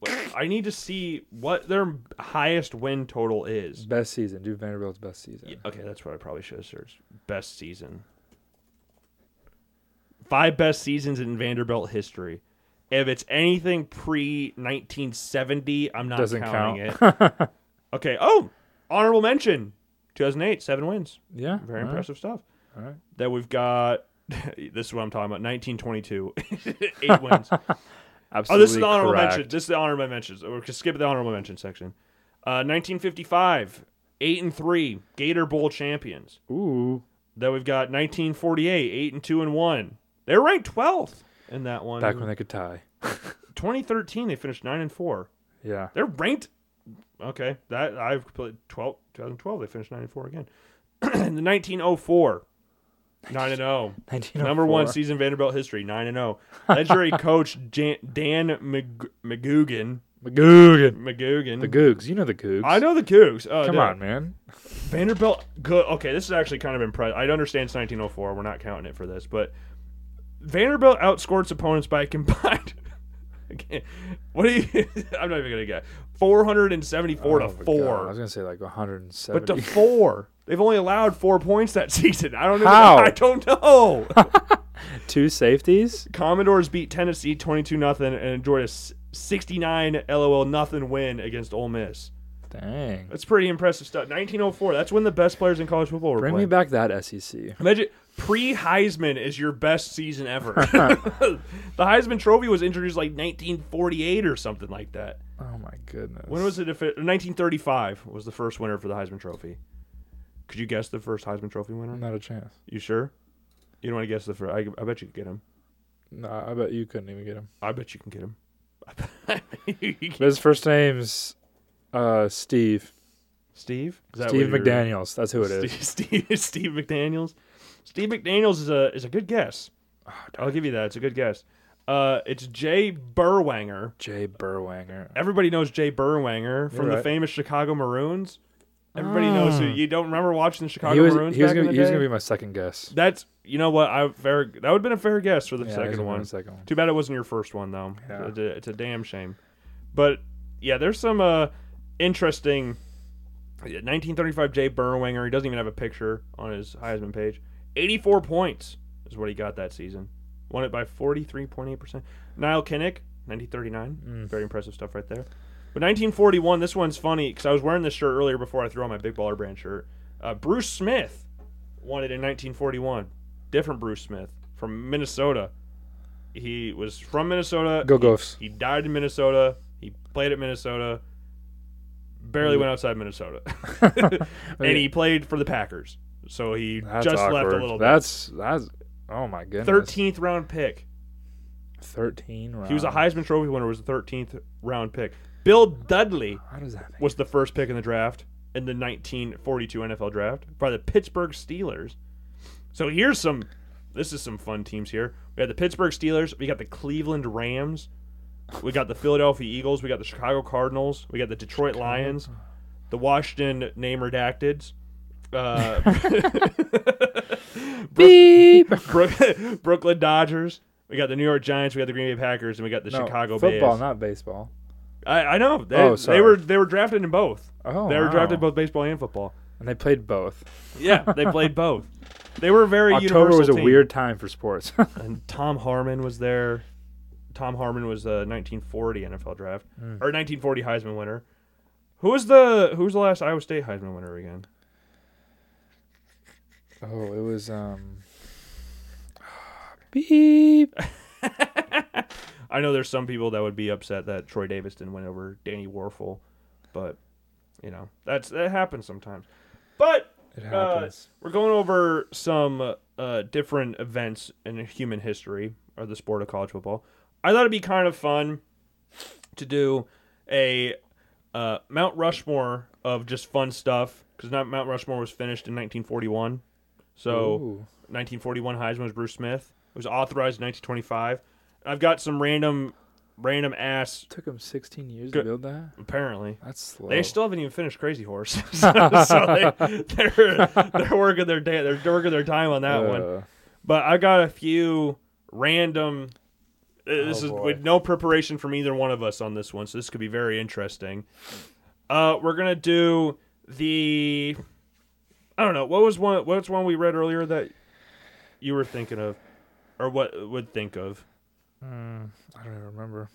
Speaker 2: But I need to see what their highest win total is.
Speaker 3: Best season. Do Vanderbilt's best season.
Speaker 2: Yeah, okay, that's what I probably should have searched. Best season. Five best seasons in Vanderbilt history. If it's anything pre 1970, I'm not
Speaker 3: Doesn't
Speaker 2: counting it.
Speaker 3: count.
Speaker 2: Okay. Oh, honorable mention 2008, seven wins.
Speaker 3: yeah.
Speaker 2: Very
Speaker 3: all right.
Speaker 2: impressive stuff.
Speaker 3: All right.
Speaker 2: Then we've got this is what I'm talking about 1922, eight wins. Oh,
Speaker 3: Absolutely.
Speaker 2: this is the honorable
Speaker 3: correct.
Speaker 2: mention. This is the honorable mentions. We're gonna skip the honorable mention section. Uh, 1955, eight and three, Gator Bowl champions.
Speaker 3: Ooh.
Speaker 2: Then we've got 1948, eight and two and one. They're ranked 12th in that one.
Speaker 3: Back when they could tie.
Speaker 2: 2013, they finished nine and four.
Speaker 3: Yeah.
Speaker 2: They're ranked. Okay, that I've played 12, 2012. They finished nine and four again. In the 1904, nine and zero.
Speaker 3: 1904.
Speaker 2: Number one season Vanderbilt history, nine and zero. Legendary coach Jan, Dan Mag- McGugan.
Speaker 3: Magoogan.
Speaker 2: McGugan.
Speaker 3: The Googs. You know the Googs.
Speaker 2: I know the Cougs. Oh,
Speaker 3: Come
Speaker 2: dude.
Speaker 3: on, man.
Speaker 2: Vanderbilt. Good. Okay, this is actually kind of impressive. I understand it's 1904. We're not counting it for this, but Vanderbilt outscored its opponents by a combined. I can't- what do you? I'm not even gonna get 474
Speaker 3: Oh
Speaker 2: to
Speaker 3: my
Speaker 2: four.
Speaker 3: God, I was gonna say like 170.
Speaker 2: But to four, they've only allowed four points that season. I don't know.
Speaker 3: How?
Speaker 2: I don't know.
Speaker 3: two safeties.
Speaker 2: Commodores beat Tennessee 22 nothing and enjoyed a s- 69 LOL nothing win against Ole Miss.
Speaker 3: Dang.
Speaker 2: That's pretty impressive stuff. 1904. That's when the best players in college football were
Speaker 3: Bring me
Speaker 2: playing.
Speaker 3: back that E SEC.
Speaker 2: Imagine pre Heisman is your best season ever. the Heisman Trophy was introduced like 1948 or something like that.
Speaker 3: Oh my goodness.
Speaker 2: When was it? If it 1935 was the first winner for the Heisman Trophy. Could you guess the first Heisman Trophy winner?
Speaker 3: Not a chance.
Speaker 2: You sure? You don't want to guess the first. I, I bet you could get him.
Speaker 3: Nah, I bet you couldn't even get him.
Speaker 2: I bet you can get him. I bet you can-
Speaker 3: But his first name's uh, Steve.
Speaker 2: Steve? Is that
Speaker 3: Steve
Speaker 2: what you're-
Speaker 3: McDaniels. That's who it is.
Speaker 2: Steve, Steve, Steve McDaniels. Steve McDaniels is a is a good guess. I'll give you that. It's a good guess. Uh, it's Jay Burwanger.
Speaker 3: Jay Burwanger.
Speaker 2: Everybody knows Jay Burwanger from
Speaker 3: You're
Speaker 2: the
Speaker 3: right. Ah.
Speaker 2: famous Chicago Maroons. Everybody knows who. You don't remember watching the Chicago
Speaker 3: He was,
Speaker 2: Maroons
Speaker 3: he was
Speaker 2: back
Speaker 3: gonna,
Speaker 2: in
Speaker 3: he
Speaker 2: the
Speaker 3: was
Speaker 2: day?
Speaker 3: gonna be my second guess.
Speaker 2: That's you know what I fair. That would have been a fair guess for the
Speaker 3: Yeah, he was gonna
Speaker 2: second
Speaker 3: be my
Speaker 2: one.
Speaker 3: Second one.
Speaker 2: Too bad it wasn't your first one though.
Speaker 3: Yeah.
Speaker 2: It's, a, it's a damn shame. But yeah, there's some uh interesting 1935 Jay Burwanger. He doesn't even have a picture on his Heisman page. 84 points is what he got that season. Won it by 43.8 percent. Niall Kinnick, 1939.
Speaker 3: Mm.
Speaker 2: Very impressive stuff right there. But 1941, this one's funny because I was wearing this shirt earlier before I threw on my Big Baller Brand shirt. Uh, Bruce Smith won it in 1941. Different Bruce Smith from Minnesota. He was from Minnesota.
Speaker 3: Go Gophs.
Speaker 2: He died in Minnesota. He played at Minnesota.
Speaker 3: Mm.
Speaker 2: Barely went outside Minnesota. and he played for the Packers. So he
Speaker 3: That's
Speaker 2: just
Speaker 3: awkward.
Speaker 2: left a little bit.
Speaker 3: That's that's. Oh my goodness.
Speaker 2: 13th round pick.
Speaker 3: 13 rounds.
Speaker 2: He was a Heisman Trophy winner, was the 13th round pick. Bill Dudley
Speaker 3: How does that make?
Speaker 2: was the first pick in the draft in the 1942 NFL draft by the Pittsburgh Steelers. So here's some this is some fun teams here. We got the Pittsburgh Steelers, we got the Cleveland Rams, we got the Philadelphia Eagles, we got the Chicago Cardinals, we got the Detroit Lions, the Washington name redacted. Uh,
Speaker 3: Beep.
Speaker 2: Brook- Brooklyn Dodgers. We got the New York Giants. We got the Green Bay Packers, and we got the
Speaker 3: No,
Speaker 2: Chicago
Speaker 3: football,
Speaker 2: Bears.
Speaker 3: not baseball.
Speaker 2: I, I know they,
Speaker 3: Oh,
Speaker 2: they
Speaker 3: sorry.
Speaker 2: were they were drafted in both.
Speaker 3: Oh,
Speaker 2: they were
Speaker 3: wow.
Speaker 2: drafted in both baseball and football.
Speaker 3: and they played both.
Speaker 2: Yeah, they played both. They were a very
Speaker 3: October
Speaker 2: universal
Speaker 3: was a
Speaker 2: team.
Speaker 3: weird time for sports.
Speaker 2: And Tom Harmon was there. Tom Harmon was the 1940 NFL draft
Speaker 3: Hmm.
Speaker 2: or 1940 Heisman winner. Who was the who was the last Iowa State Heisman winner again?
Speaker 3: oh, it was um. Beep.
Speaker 2: I know there's some people that would be upset that Troy Davis didn't win over Danny Warfel, but you know that's that happens sometimes. But
Speaker 3: It
Speaker 2: Uh,
Speaker 3: happens.
Speaker 2: We're going over some uh, different events in human history or the sport of college football. I thought it'd be kind of fun to do a uh, Mount Rushmore of just fun stuff because not Mount Rushmore was finished in 1941. Uh, So
Speaker 3: Ooh.
Speaker 2: 1941 Heisman was Bruce Smith. It was authorized in 1925. I've got some random, random ass.
Speaker 3: took him 16 years
Speaker 2: Good.
Speaker 3: to build that.
Speaker 2: Apparently,
Speaker 3: That's slow.
Speaker 2: they still haven't even finished Crazy Horse, so, so they, they're they're working their day, they're working their time on that one.
Speaker 3: Uh,
Speaker 2: But I got a few random. uh, This
Speaker 3: Oh,
Speaker 2: is
Speaker 3: boy.
Speaker 2: with no preparation from either one of us on this one, so this could be very interesting. Uh, we're gonna do the. I don't know what was one. What's one we read earlier that you were thinking of, or what would think of?
Speaker 3: mm, I don't even remember. remember.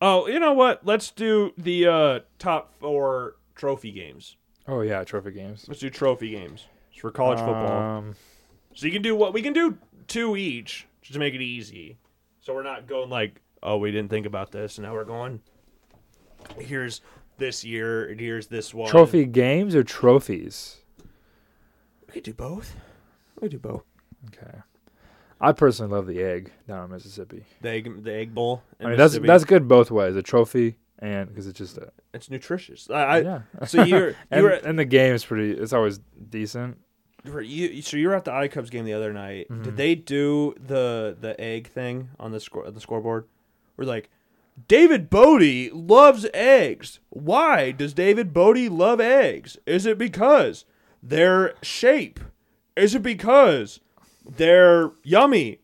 Speaker 2: Oh, you know what? Let's do the uh, top four trophy games.
Speaker 3: Oh yeah, trophy games.
Speaker 2: Let's do trophy games It's for college football.
Speaker 3: Um,
Speaker 2: So you can do what we can do two each just to make it easy. So we're not going like, oh, we didn't think about this, and now we're going. Here's this year, and here's this one.
Speaker 3: trophy games or trophies?
Speaker 2: We could do both. We do both.
Speaker 3: Okay. I personally love the egg down in Mississippi.
Speaker 2: The egg, the egg bowl. in
Speaker 3: I mean, that's
Speaker 2: Mississippi.
Speaker 3: that's good both ways. A trophy and because it's just a
Speaker 2: it's nutritious. I,
Speaker 3: yeah.
Speaker 2: I so you're
Speaker 3: And,
Speaker 2: you're at,
Speaker 3: and the game is pretty. It's always decent.
Speaker 2: For you, so you were at the iCubs game the other night.
Speaker 3: Mm-hmm.
Speaker 2: Did they do the the egg thing on the score the scoreboard? We're like, David Bodie loves eggs. Why does David Bodie love eggs? Is it because their shape? Is it because they're yummy?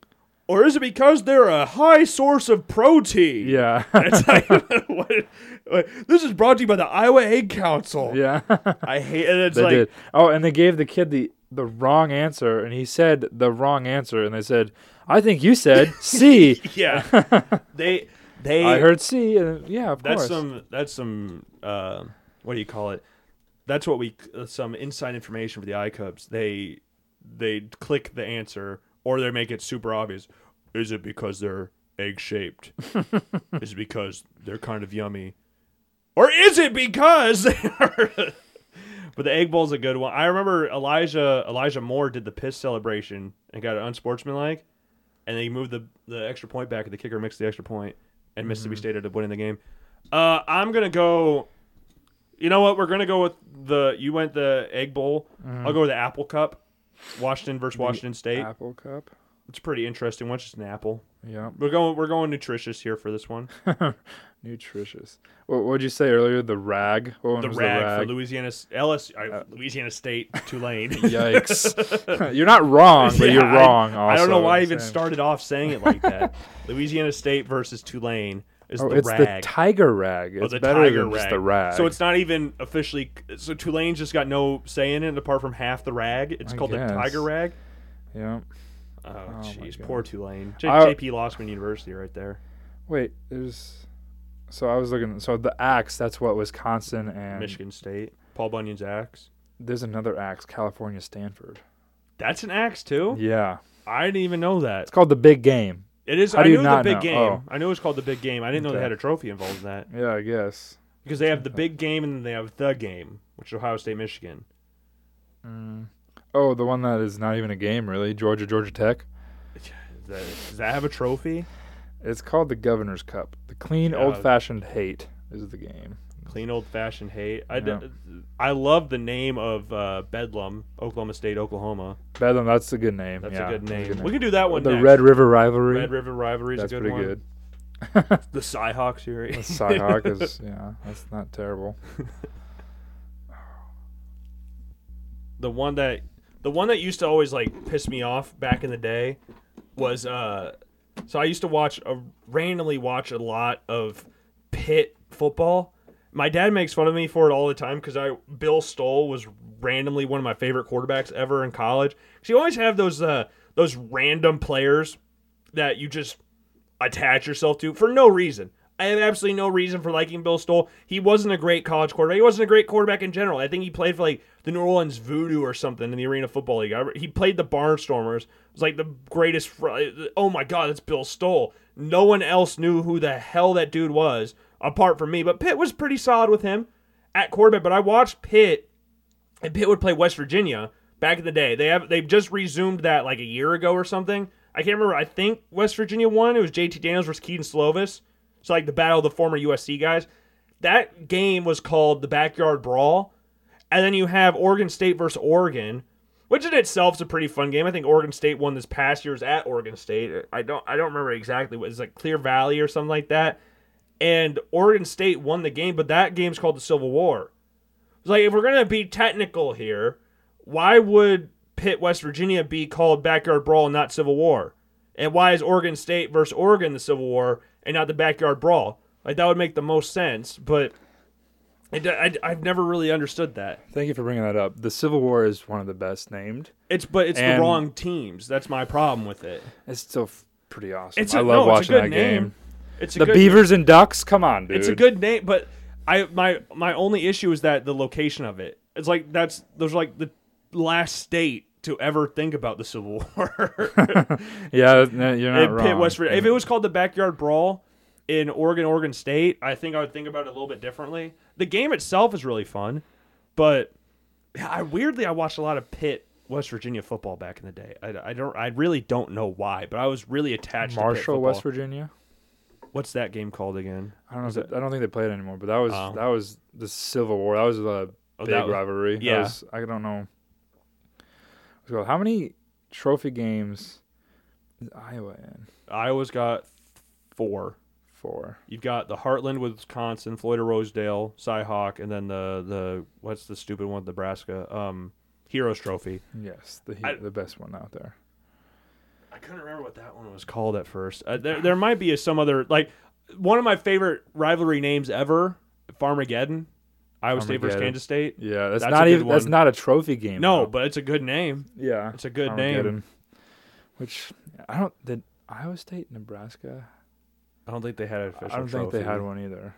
Speaker 2: Or is it because they're a high source of protein?
Speaker 3: Yeah,
Speaker 2: It's like, what- what- this is brought to you by the Iowa Egg Council.
Speaker 3: yeah.
Speaker 2: I hate it. It's
Speaker 3: they
Speaker 2: like,
Speaker 3: did. Oh, and they gave the kid the the wrong answer, and he said the wrong answer, and they said, "I think you said C."
Speaker 2: Yeah, they they.
Speaker 3: I heard C, and yeah, of
Speaker 2: that's
Speaker 3: course.
Speaker 2: some that's some uh, what do you call it? That's what we uh, some inside information for the iCubs. They they click the answer or they make it super obvious. Is it because they're egg shaped? is it because they're kind of yummy? Or is it because they are? But the egg bowl's a good one. I remember Elijah Elijah Moore did the piss celebration and got it unsportsmanlike, and they moved the, the extra point back, and the kicker mixed the extra point, and Mississippi State ended up winning the game. Uh, I'm gonna go. You know what? We're gonna go with the you went the egg bowl. I'll go with the apple cup. Washington versus Washington State.
Speaker 3: Apple cup.
Speaker 2: It's pretty interesting. One's just an apple.
Speaker 3: Yeah,
Speaker 2: We're going we're going nutritious here for this one.
Speaker 3: nutritious. What would you say earlier? The rag. What one
Speaker 2: The
Speaker 3: was
Speaker 2: rag, for
Speaker 3: the
Speaker 2: Louisiana LS, uh, Louisiana State Tulane.
Speaker 3: rag? Yikes! you're not wrong, but you're
Speaker 2: Yeah, I-
Speaker 3: wrong.
Speaker 2: I, don't know
Speaker 3: also,
Speaker 2: why I
Speaker 3: I'm
Speaker 2: even
Speaker 3: saying.
Speaker 2: started off saying it like that. Louisiana State versus Tulane is
Speaker 3: Oh,
Speaker 2: the
Speaker 3: it's
Speaker 2: rag.
Speaker 3: the tiger rag.
Speaker 2: Oh,
Speaker 3: It's
Speaker 2: the
Speaker 3: better
Speaker 2: tiger
Speaker 3: than
Speaker 2: rag.
Speaker 3: just the rag.
Speaker 2: So it's not even officially. So Tulane's just got no say in it apart from half the rag. It's
Speaker 3: I
Speaker 2: called
Speaker 3: guess.
Speaker 2: the tiger rag.
Speaker 3: yeah.
Speaker 2: Oh,
Speaker 3: my
Speaker 2: jeez,
Speaker 3: God.
Speaker 2: poor Tulane. J-
Speaker 3: I-
Speaker 2: JP Lossman University, right there.
Speaker 3: Wait, there's. So I was looking. So the axe. That's what Wisconsin and
Speaker 2: Michigan State. Paul Bunyan's axe.
Speaker 3: There's another axe. California Stanford.
Speaker 2: That's an axe too.
Speaker 3: Yeah,
Speaker 2: I didn't even know that.
Speaker 3: it's called the big game.
Speaker 2: It is.
Speaker 3: How
Speaker 2: I
Speaker 3: do you
Speaker 2: knew the
Speaker 3: not
Speaker 2: big
Speaker 3: know?
Speaker 2: game.
Speaker 3: Oh.
Speaker 2: I knew it was called the big game. I didn't know they
Speaker 3: Okay.
Speaker 2: had a trophy involved in that
Speaker 3: Yeah, I guess.
Speaker 2: because they have the big game and then they have the game, which is Ohio State, Michigan.
Speaker 3: Oh, the one that is not even a game, really. Georgia, Georgia Tech.
Speaker 2: Is that- Does that have a trophy?
Speaker 3: It's called the Governor's Cup. The clean,
Speaker 2: Yeah.
Speaker 3: old-fashioned hate is the game.
Speaker 2: Clean old fashioned hate. I, d-
Speaker 3: Yeah.
Speaker 2: I love the name of uh, Bedlam, Oklahoma State, Oklahoma.
Speaker 3: Bedlam. That's a good name.
Speaker 2: That's
Speaker 3: yeah,
Speaker 2: a good name. We can do that one.
Speaker 3: the
Speaker 2: next.
Speaker 3: Red River rivalry.
Speaker 2: Red River rivalry is
Speaker 3: that's
Speaker 2: a good
Speaker 3: pretty
Speaker 2: one.
Speaker 3: good.
Speaker 2: The Cyhawk series.
Speaker 3: The Cyhawk is yeah. That's not terrible.
Speaker 2: the one that the one that used to always like piss me off back in the day was uh so I used to watch a randomly watch a lot of pit football. My dad makes fun of me for it all the time because I Bill Stoll was randomly one of my favorite quarterbacks ever in college. 'Cause you always have those uh those random players that you just attach yourself to for no reason. I have absolutely no reason for liking Bill Stoll. He wasn't a great college quarterback. He wasn't a great quarterback in general. I think he played for like the New Orleans Voodoo or something in the Arena Football League. I, re- he played the Barnstormers. It was like the greatest. Fr- oh my God, that's Bill Stoll. No one else knew who the hell that dude was apart from me. But Pitt was pretty solid with him at quarterback. But I watched Pitt and Pitt would play West Virginia back in the day. They have they've just resumed that like a year ago or something. I can't remember. I think West Virginia won. It was JT Daniels versus Keaton Slovis. So like the battle of the former USC guys. That game was called the Backyard Brawl. And then you have Oregon State versus Oregon, which in itself is a pretty fun game. I think Oregon State won this past year's at Oregon State. I don't I don't remember exactly what it's like Clear Valley or something like that. And Oregon State won the game, but that game's called the Civil War. It's like if we're gonna be technical here, why would Pitt, West Virginia, be called backyard brawl and not Civil War? And why is Oregon State versus Oregon the Civil War and not the backyard brawl? Like that would make the most sense, but it, I, I've never really understood that.
Speaker 3: Thank you for bringing that up. The Civil War is one of the best named.
Speaker 2: It's but it's the
Speaker 3: And-
Speaker 2: wrong teams. That's my problem with it.
Speaker 3: It's still f- pretty awesome.
Speaker 2: It's
Speaker 3: I
Speaker 2: a-
Speaker 3: love
Speaker 2: no, it's a
Speaker 3: watching
Speaker 2: good
Speaker 3: that
Speaker 2: name.
Speaker 3: game.
Speaker 2: It's a
Speaker 3: the
Speaker 2: good-
Speaker 3: beavers and ducks. Come on, dude.
Speaker 2: It's a good name, but I my my only issue is that the location of it. It's like that's those are like the last state to ever think about the Civil War.
Speaker 3: Yeah, no, you're not
Speaker 2: in
Speaker 3: wrong.
Speaker 2: Pitt, West Virginia. If it was called the Backyard Brawl in Oregon, Oregon State, I think I would think about it a little bit differently. The game itself is really fun, but I weirdly I watched a lot of Pitt, West Virginia football back in the day. I, I don't I really don't know why, but I was really attached. to Pitt
Speaker 3: Marshall,
Speaker 2: football.
Speaker 3: West Virginia.
Speaker 2: What's that game called again?
Speaker 3: I don't know. If they, I don't think they play it anymore. But that was
Speaker 2: Oh.
Speaker 3: that was the Civil War. That was the
Speaker 2: Oh, that
Speaker 3: big
Speaker 2: was-
Speaker 3: rivalry. That
Speaker 2: yeah.
Speaker 3: was- I don't know. Let's go. How many trophy games is Iowa in?
Speaker 2: Iowa's got four.
Speaker 3: Four.
Speaker 2: You've got the Heartland, Wisconsin, Floyd of Rosedale, Cyhawk, and then the the what's the stupid one, Nebraska, um, Heroes Trophy.
Speaker 3: Yes, the
Speaker 2: I-
Speaker 3: the best one out there.
Speaker 2: I couldn't remember what that one was called at first. Uh, there, there might be some other like one of my favorite rivalry names ever, Farmageddon, Iowa State versus
Speaker 3: Farmageddon.
Speaker 2: Kansas State.
Speaker 3: Yeah,
Speaker 2: That's
Speaker 3: that's,
Speaker 2: a
Speaker 3: not
Speaker 2: good
Speaker 3: even that's
Speaker 2: one.
Speaker 3: not a trophy game.
Speaker 2: No,
Speaker 3: though.
Speaker 2: but it's a good name.
Speaker 3: yeah,
Speaker 2: It's a good name.
Speaker 3: Armageddon. Which I don't. Did Iowa State, Nebraska?
Speaker 2: I don't think they had an official.
Speaker 3: I don't think they
Speaker 2: trophy.
Speaker 3: had one either.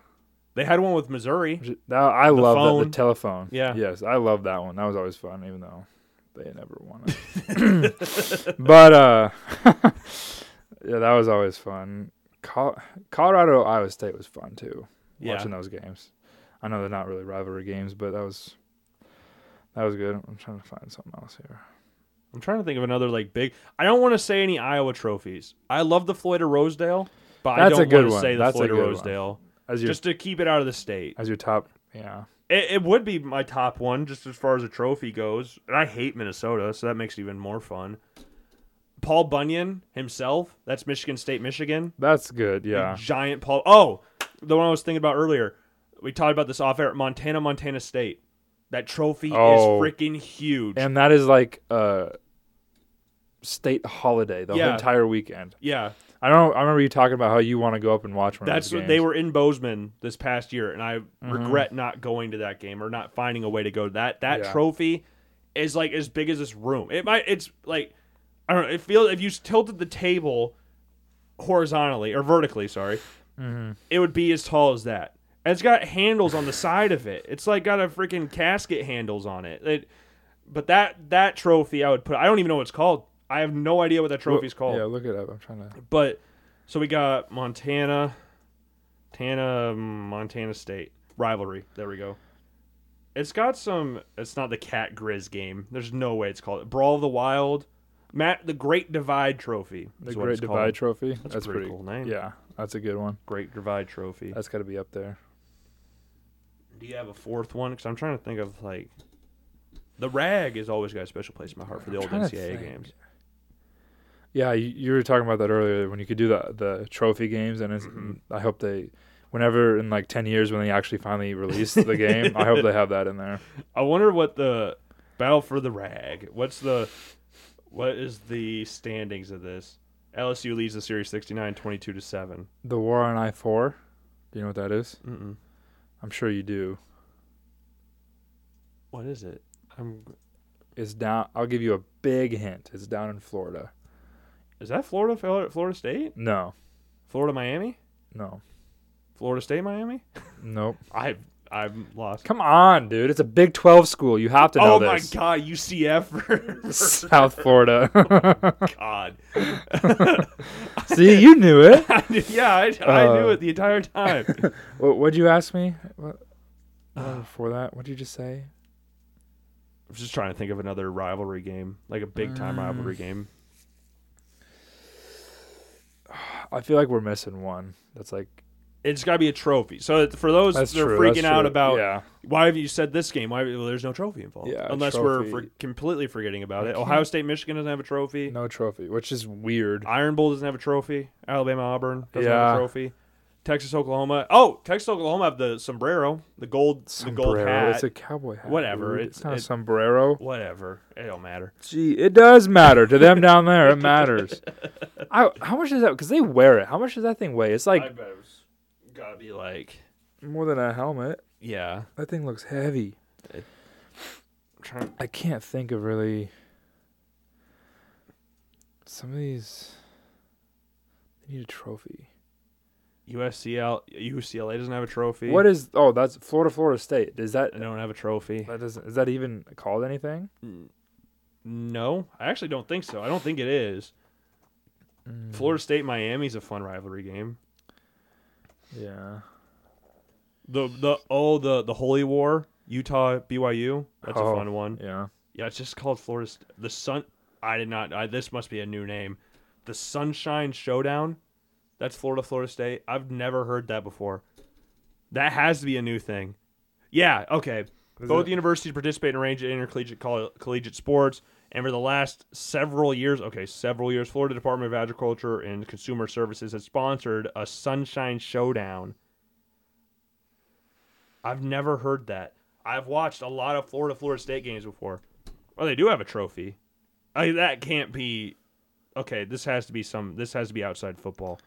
Speaker 2: They had one with Missouri.
Speaker 3: Which- that- I love that
Speaker 2: phone.
Speaker 3: the telephone.
Speaker 2: Yeah.
Speaker 3: Yes, I love that one. That was always fun, even though they never won it. but uh, yeah, that was always fun. Col- Colorado Iowa State was fun too.
Speaker 2: Yeah.
Speaker 3: Watching those games. I know they're not really rivalry games, but that was that was good. I'm trying to find something else here.
Speaker 2: I'm trying to think of another like big. I don't want to say any Iowa trophies. I love the Floyd of Rosedale, but I
Speaker 3: That's a
Speaker 2: don't
Speaker 3: good
Speaker 2: want to
Speaker 3: one.
Speaker 2: say the
Speaker 3: That's a
Speaker 2: Floyd of
Speaker 3: good one.
Speaker 2: Rosedale
Speaker 3: As your
Speaker 2: just to keep it out of the state.
Speaker 3: as your top, yeah.
Speaker 2: It, it would be my top one just as far as a trophy goes. And I hate Minnesota, so that makes it even more fun. Paul Bunyan himself, that's Michigan State, Michigan.
Speaker 3: That's good. Yeah.
Speaker 2: Giant Paul. Oh, the one I was thinking about earlier. We talked about this off air. Montana, Montana State. That trophy
Speaker 3: Oh.
Speaker 2: is freaking huge.
Speaker 3: And that is like a state holiday the
Speaker 2: Yeah.
Speaker 3: whole entire weekend.
Speaker 2: yeah,
Speaker 3: I don't. I remember you talking about how you want to go up and watch one.
Speaker 2: that's
Speaker 3: of those
Speaker 2: they
Speaker 3: games. Mm-hmm.
Speaker 2: were in Bozeman this past year, and I regret not going to that game or not finding a way to go. To that that
Speaker 3: Yeah.
Speaker 2: trophy is like as big as this room. It might. It's like I don't know. It feels if you tilted the table horizontally or vertically, sorry,
Speaker 3: Mm-hmm.
Speaker 2: it would be as tall as that. And it's got handles on the side of it. It's like got a freaking casket handles on it. it but that that trophy, I would put. I don't even know what it's called. I have no idea what that trophy's called.
Speaker 3: Yeah, look it up. I'm trying to.
Speaker 2: But so we got Montana, Tana, um, Montana State rivalry. There we go. It's got some. It's not the Cat Grizz game. There's no way it's called Brawl of the Wild, Matt the Great Divide Trophy.
Speaker 3: The
Speaker 2: is what
Speaker 3: Great
Speaker 2: it's called.
Speaker 3: Divide Trophy. That's,
Speaker 2: a pretty cool name.
Speaker 3: Yeah, that's a good one.
Speaker 2: Great Divide Trophy.
Speaker 3: That's got to be up there.
Speaker 2: Do you have a fourth one? Because I'm trying to think of like. The rag has always got a special place in my heart for the
Speaker 3: I'm
Speaker 2: old
Speaker 3: trying to
Speaker 2: NCAA
Speaker 3: think.
Speaker 2: games.
Speaker 3: Yeah, you, you were talking about that earlier when you could do the the trophy games, and it's,
Speaker 2: Mm-hmm.
Speaker 3: I hope they, whenever in like ten years when they actually finally release the game, I hope they have that in there.
Speaker 2: I wonder what the battle for the rag. What's the what is the standings of this? LSU leads the series 69 22 to 7.
Speaker 3: The War on I four. Do you know what that is?
Speaker 2: Mm-mm.
Speaker 3: I'm sure you do.
Speaker 2: What is it? I'm,
Speaker 3: It's down. I'll give you a big hint. It's down in Florida.
Speaker 2: is that Florida Florida Florida State?
Speaker 3: No,
Speaker 2: Florida Miami?
Speaker 3: no,
Speaker 2: Florida State Miami?
Speaker 3: nope.
Speaker 2: I I'm lost.
Speaker 3: Come on, dude. It's a Big Twelve school. You have to know
Speaker 2: Oh
Speaker 3: this.
Speaker 2: my god, UCF versus-
Speaker 3: South Florida.
Speaker 2: god.
Speaker 3: See, you knew it.
Speaker 2: yeah, I, I knew
Speaker 3: Uh,
Speaker 2: it the entire time.
Speaker 3: What would you ask me? What, uh, for that, what did you just say?
Speaker 2: I was just trying to think of another rivalry game, like a big time rivalry
Speaker 3: Mm.
Speaker 2: game.
Speaker 3: I feel like we're missing one. That's like
Speaker 2: It's got to be a trophy. So it- for those
Speaker 3: that's
Speaker 2: that are
Speaker 3: true.
Speaker 2: freaking
Speaker 3: that's
Speaker 2: out
Speaker 3: true.
Speaker 2: about
Speaker 3: yeah.
Speaker 2: why have you said this game? Why well, there's no trophy involved?
Speaker 3: Yeah,
Speaker 2: unless
Speaker 3: trophy.
Speaker 2: we're for completely forgetting about
Speaker 3: I
Speaker 2: it.
Speaker 3: can't-
Speaker 2: Ohio State, Michigan doesn't have a trophy.
Speaker 3: No trophy, which is weird.
Speaker 2: Iron Bowl doesn't have a trophy. Alabama, Auburn doesn't have
Speaker 3: Yeah.
Speaker 2: a trophy. Texas, Oklahoma. Oh, Texas, Oklahoma have the sombrero, the gold, the gold
Speaker 3: Sombrero.
Speaker 2: hat.
Speaker 3: It's a cowboy hat.
Speaker 2: Whatever,
Speaker 3: dude.
Speaker 2: it-
Speaker 3: It's, not
Speaker 2: it-
Speaker 3: a sombrero.
Speaker 2: Whatever, it don't matter.
Speaker 3: Gee, it does matter to them down there. It matters. I, how much is that? Because they wear it. How much does that thing weigh? It's like
Speaker 2: bet it's gotta be like
Speaker 3: more than a helmet.
Speaker 2: yeah.
Speaker 3: That thing looks heavy.
Speaker 2: I'm trying-
Speaker 3: I can't think of really some of these. They need a trophy.
Speaker 2: USCL UCLA doesn't have a trophy.
Speaker 3: What is? Oh, that's Florida, Florida State. Is that
Speaker 2: They don't have a trophy.
Speaker 3: that doesn't is that even called anything?
Speaker 2: No, I actually don't think so. I don't think it is. Florida State Miami's a fun rivalry game.
Speaker 3: Yeah.
Speaker 2: The the oh the the Holy War Utah BYU that's
Speaker 3: Oh.
Speaker 2: a fun one.
Speaker 3: Yeah.
Speaker 2: Yeah, it's just called Florida. St- the Sun. I did not. I, this must be a new name. The Sunshine Showdown. That's Florida, Florida State. I've never heard that before. That has to be a new thing. Yeah. Okay. Both
Speaker 3: it-
Speaker 2: universities participate in a range of intercollegiate coll- collegiate sports, and for the last several years, okay, several years, Florida Department of Agriculture and Consumer Services has sponsored a Sunshine Showdown. I've never heard that. I've watched a lot of Florida Florida State games before. Well, they do have a trophy. I, that can't be. Okay, this has to be some. This has to be outside football.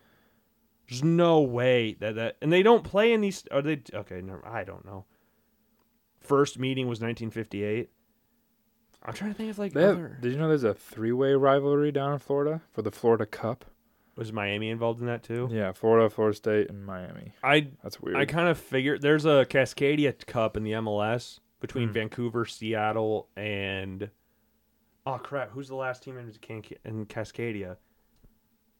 Speaker 2: There's no way that that and they don't play in these. Are they okay? Never, I don't know. First meeting was 1958. I'm trying to think of like
Speaker 3: They have,
Speaker 2: other.
Speaker 3: did you know there's a three-way rivalry down in Florida for the Florida Cup?
Speaker 2: was Miami involved in that too?
Speaker 3: Yeah, Florida, Florida State, and Miami.
Speaker 2: I
Speaker 3: That's weird.
Speaker 2: I kind of figured there's a Cascadia Cup in the MLS
Speaker 3: Hmm.
Speaker 2: between Vancouver, Seattle, and oh crap, who's the last team in, Can- in Cascadia?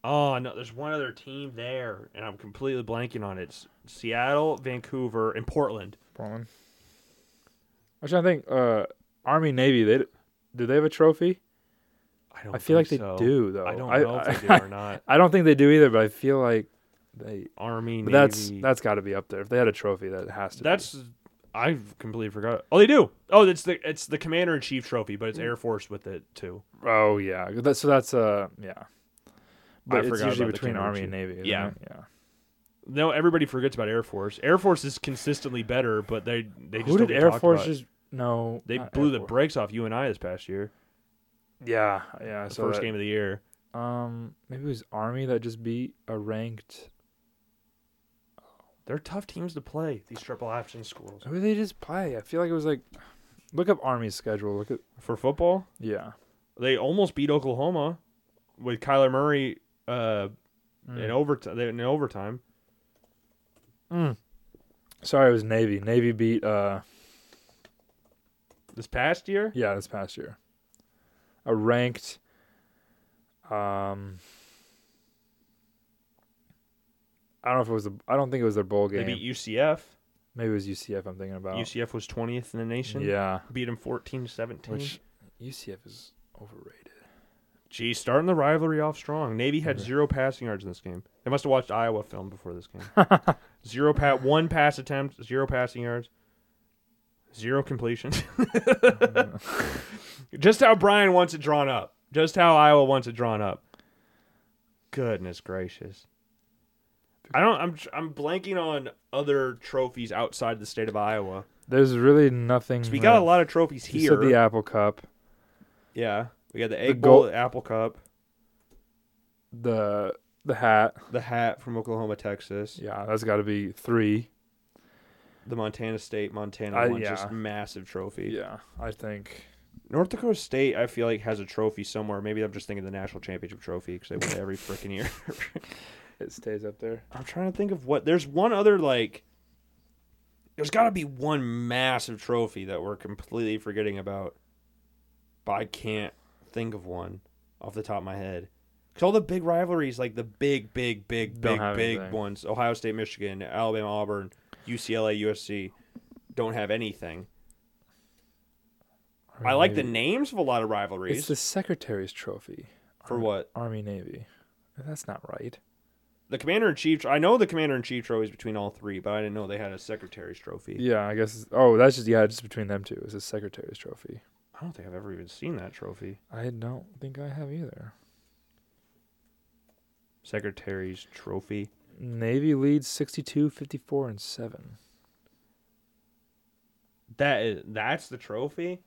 Speaker 2: Oh no, there's one other team there, and I'm completely blanking on it. It's Seattle, Vancouver, and Portland.
Speaker 3: Portland. I'm trying to think. Uh, Army Navy. They d- do they have a trophy?
Speaker 2: I don't.
Speaker 3: I feel like
Speaker 2: think
Speaker 3: they
Speaker 2: so.
Speaker 3: do though.
Speaker 2: I don't know if they do or not.
Speaker 3: I don't think they do either, but I feel like they.
Speaker 2: Army,
Speaker 3: But that's
Speaker 2: Navy.
Speaker 3: that's got to be up there. If they had a trophy, that has to.
Speaker 2: that's I completely forgot. Oh, they do. Oh, it's the it's the Commander in Chief trophy, but
Speaker 3: Hmm.
Speaker 2: it's Air Force with it too.
Speaker 3: Be. Oh yeah. That, so that's uh yeah. But it's
Speaker 2: forgot
Speaker 3: usually
Speaker 2: about the
Speaker 3: between
Speaker 2: Commander in
Speaker 3: Army
Speaker 2: Chief.
Speaker 3: and Navy. isn't
Speaker 2: Yeah.
Speaker 3: it? yeah.
Speaker 2: No, everybody forgets about Air Force. Air Force is consistently better, but they they just
Speaker 3: Who
Speaker 2: don't
Speaker 3: did
Speaker 2: get
Speaker 3: Air
Speaker 2: talked
Speaker 3: Force
Speaker 2: about.
Speaker 3: just? No,
Speaker 2: They
Speaker 3: not
Speaker 2: blew
Speaker 3: Air
Speaker 2: the
Speaker 3: Force.
Speaker 2: brakes off you and I this past year,
Speaker 3: Yeah, yeah.
Speaker 2: the
Speaker 3: so
Speaker 2: first
Speaker 3: that-
Speaker 2: game of the year.
Speaker 3: Um, maybe it was Army that just beat a ranked.
Speaker 2: They're tough teams to play. These triple option schools
Speaker 3: Who did they just play? I feel like it was like, look up Army's schedule. Look at
Speaker 2: for football,
Speaker 3: yeah.
Speaker 2: they almost beat Oklahoma with Kyler Murray uh,
Speaker 3: Hmm.
Speaker 2: in overtime. In overtime, Mm.
Speaker 3: Sorry, it was Navy. Navy beat uh
Speaker 2: this past year,
Speaker 3: yeah this past year, a ranked. Um. I don't know if it was. A, I don't think it was their bowl game.
Speaker 2: they beat UCF.
Speaker 3: Maybe it was UCF. I'm thinking about.
Speaker 2: UCF was twentieth in the nation.
Speaker 3: Yeah,
Speaker 2: beat them 14-17.
Speaker 3: which UCF is overrated.
Speaker 2: Geez, starting the rivalry off strong. Navy had zero passing yards in this game. They must have watched Iowa film before this game. zero pat, one pass attempt, zero passing yards, zero completions. Just how Brian wants it drawn up. Just how Iowa wants it drawn up. Goodness gracious. I don't. I'm. tr- I'm blanking on other trophies outside the state of Iowa.
Speaker 3: There's really nothing.
Speaker 2: 'Cause We got a
Speaker 3: that-
Speaker 2: lot of trophies
Speaker 3: You said
Speaker 2: here.
Speaker 3: the Apple Cup.
Speaker 2: yeah, we got the egg
Speaker 3: goal-
Speaker 2: bowl, the apple cup,
Speaker 3: the the hat.
Speaker 2: the hat from Oklahoma, Texas.
Speaker 3: Yeah, that's got to be three.
Speaker 2: the Montana State Montana
Speaker 3: I-
Speaker 2: one,
Speaker 3: Uh, yeah.
Speaker 2: just massive trophy.
Speaker 3: Yeah, I think.
Speaker 2: North Dakota State, I feel like has a trophy somewhere. Maybe I'm just thinking the national championship trophy because they win it every freaking year.
Speaker 3: It stays up there.
Speaker 2: I'm trying to think of what. There's one other like. There's got to be one massive trophy that we're completely forgetting about, but I can't think of one off the top of my head. Because all the big rivalries, like the big, big, big,
Speaker 3: Don't
Speaker 2: big,
Speaker 3: have
Speaker 2: big
Speaker 3: anything.
Speaker 2: ones, Ohio State, Michigan, Alabama, Auburn, UCLA, USC, don't have anything. I like the names of a lot of
Speaker 3: It's
Speaker 2: rivalries.
Speaker 3: the Secretary's Trophy,
Speaker 2: for what?
Speaker 3: Army Navy. That's not right.
Speaker 2: The Commander in Chief. I know the Commander in Chief trophy is between all three, but I didn't know they had a Secretary's trophy.
Speaker 3: Yeah, I guess. it's- Oh, that's just yeah, just between them two. It's the Secretary's Trophy.
Speaker 2: I don't think I've ever even seen that trophy.
Speaker 3: I don't think I have either.
Speaker 2: Secretary's trophy.
Speaker 3: Navy leads 62, 54, and seven.
Speaker 2: That is. That's the trophy.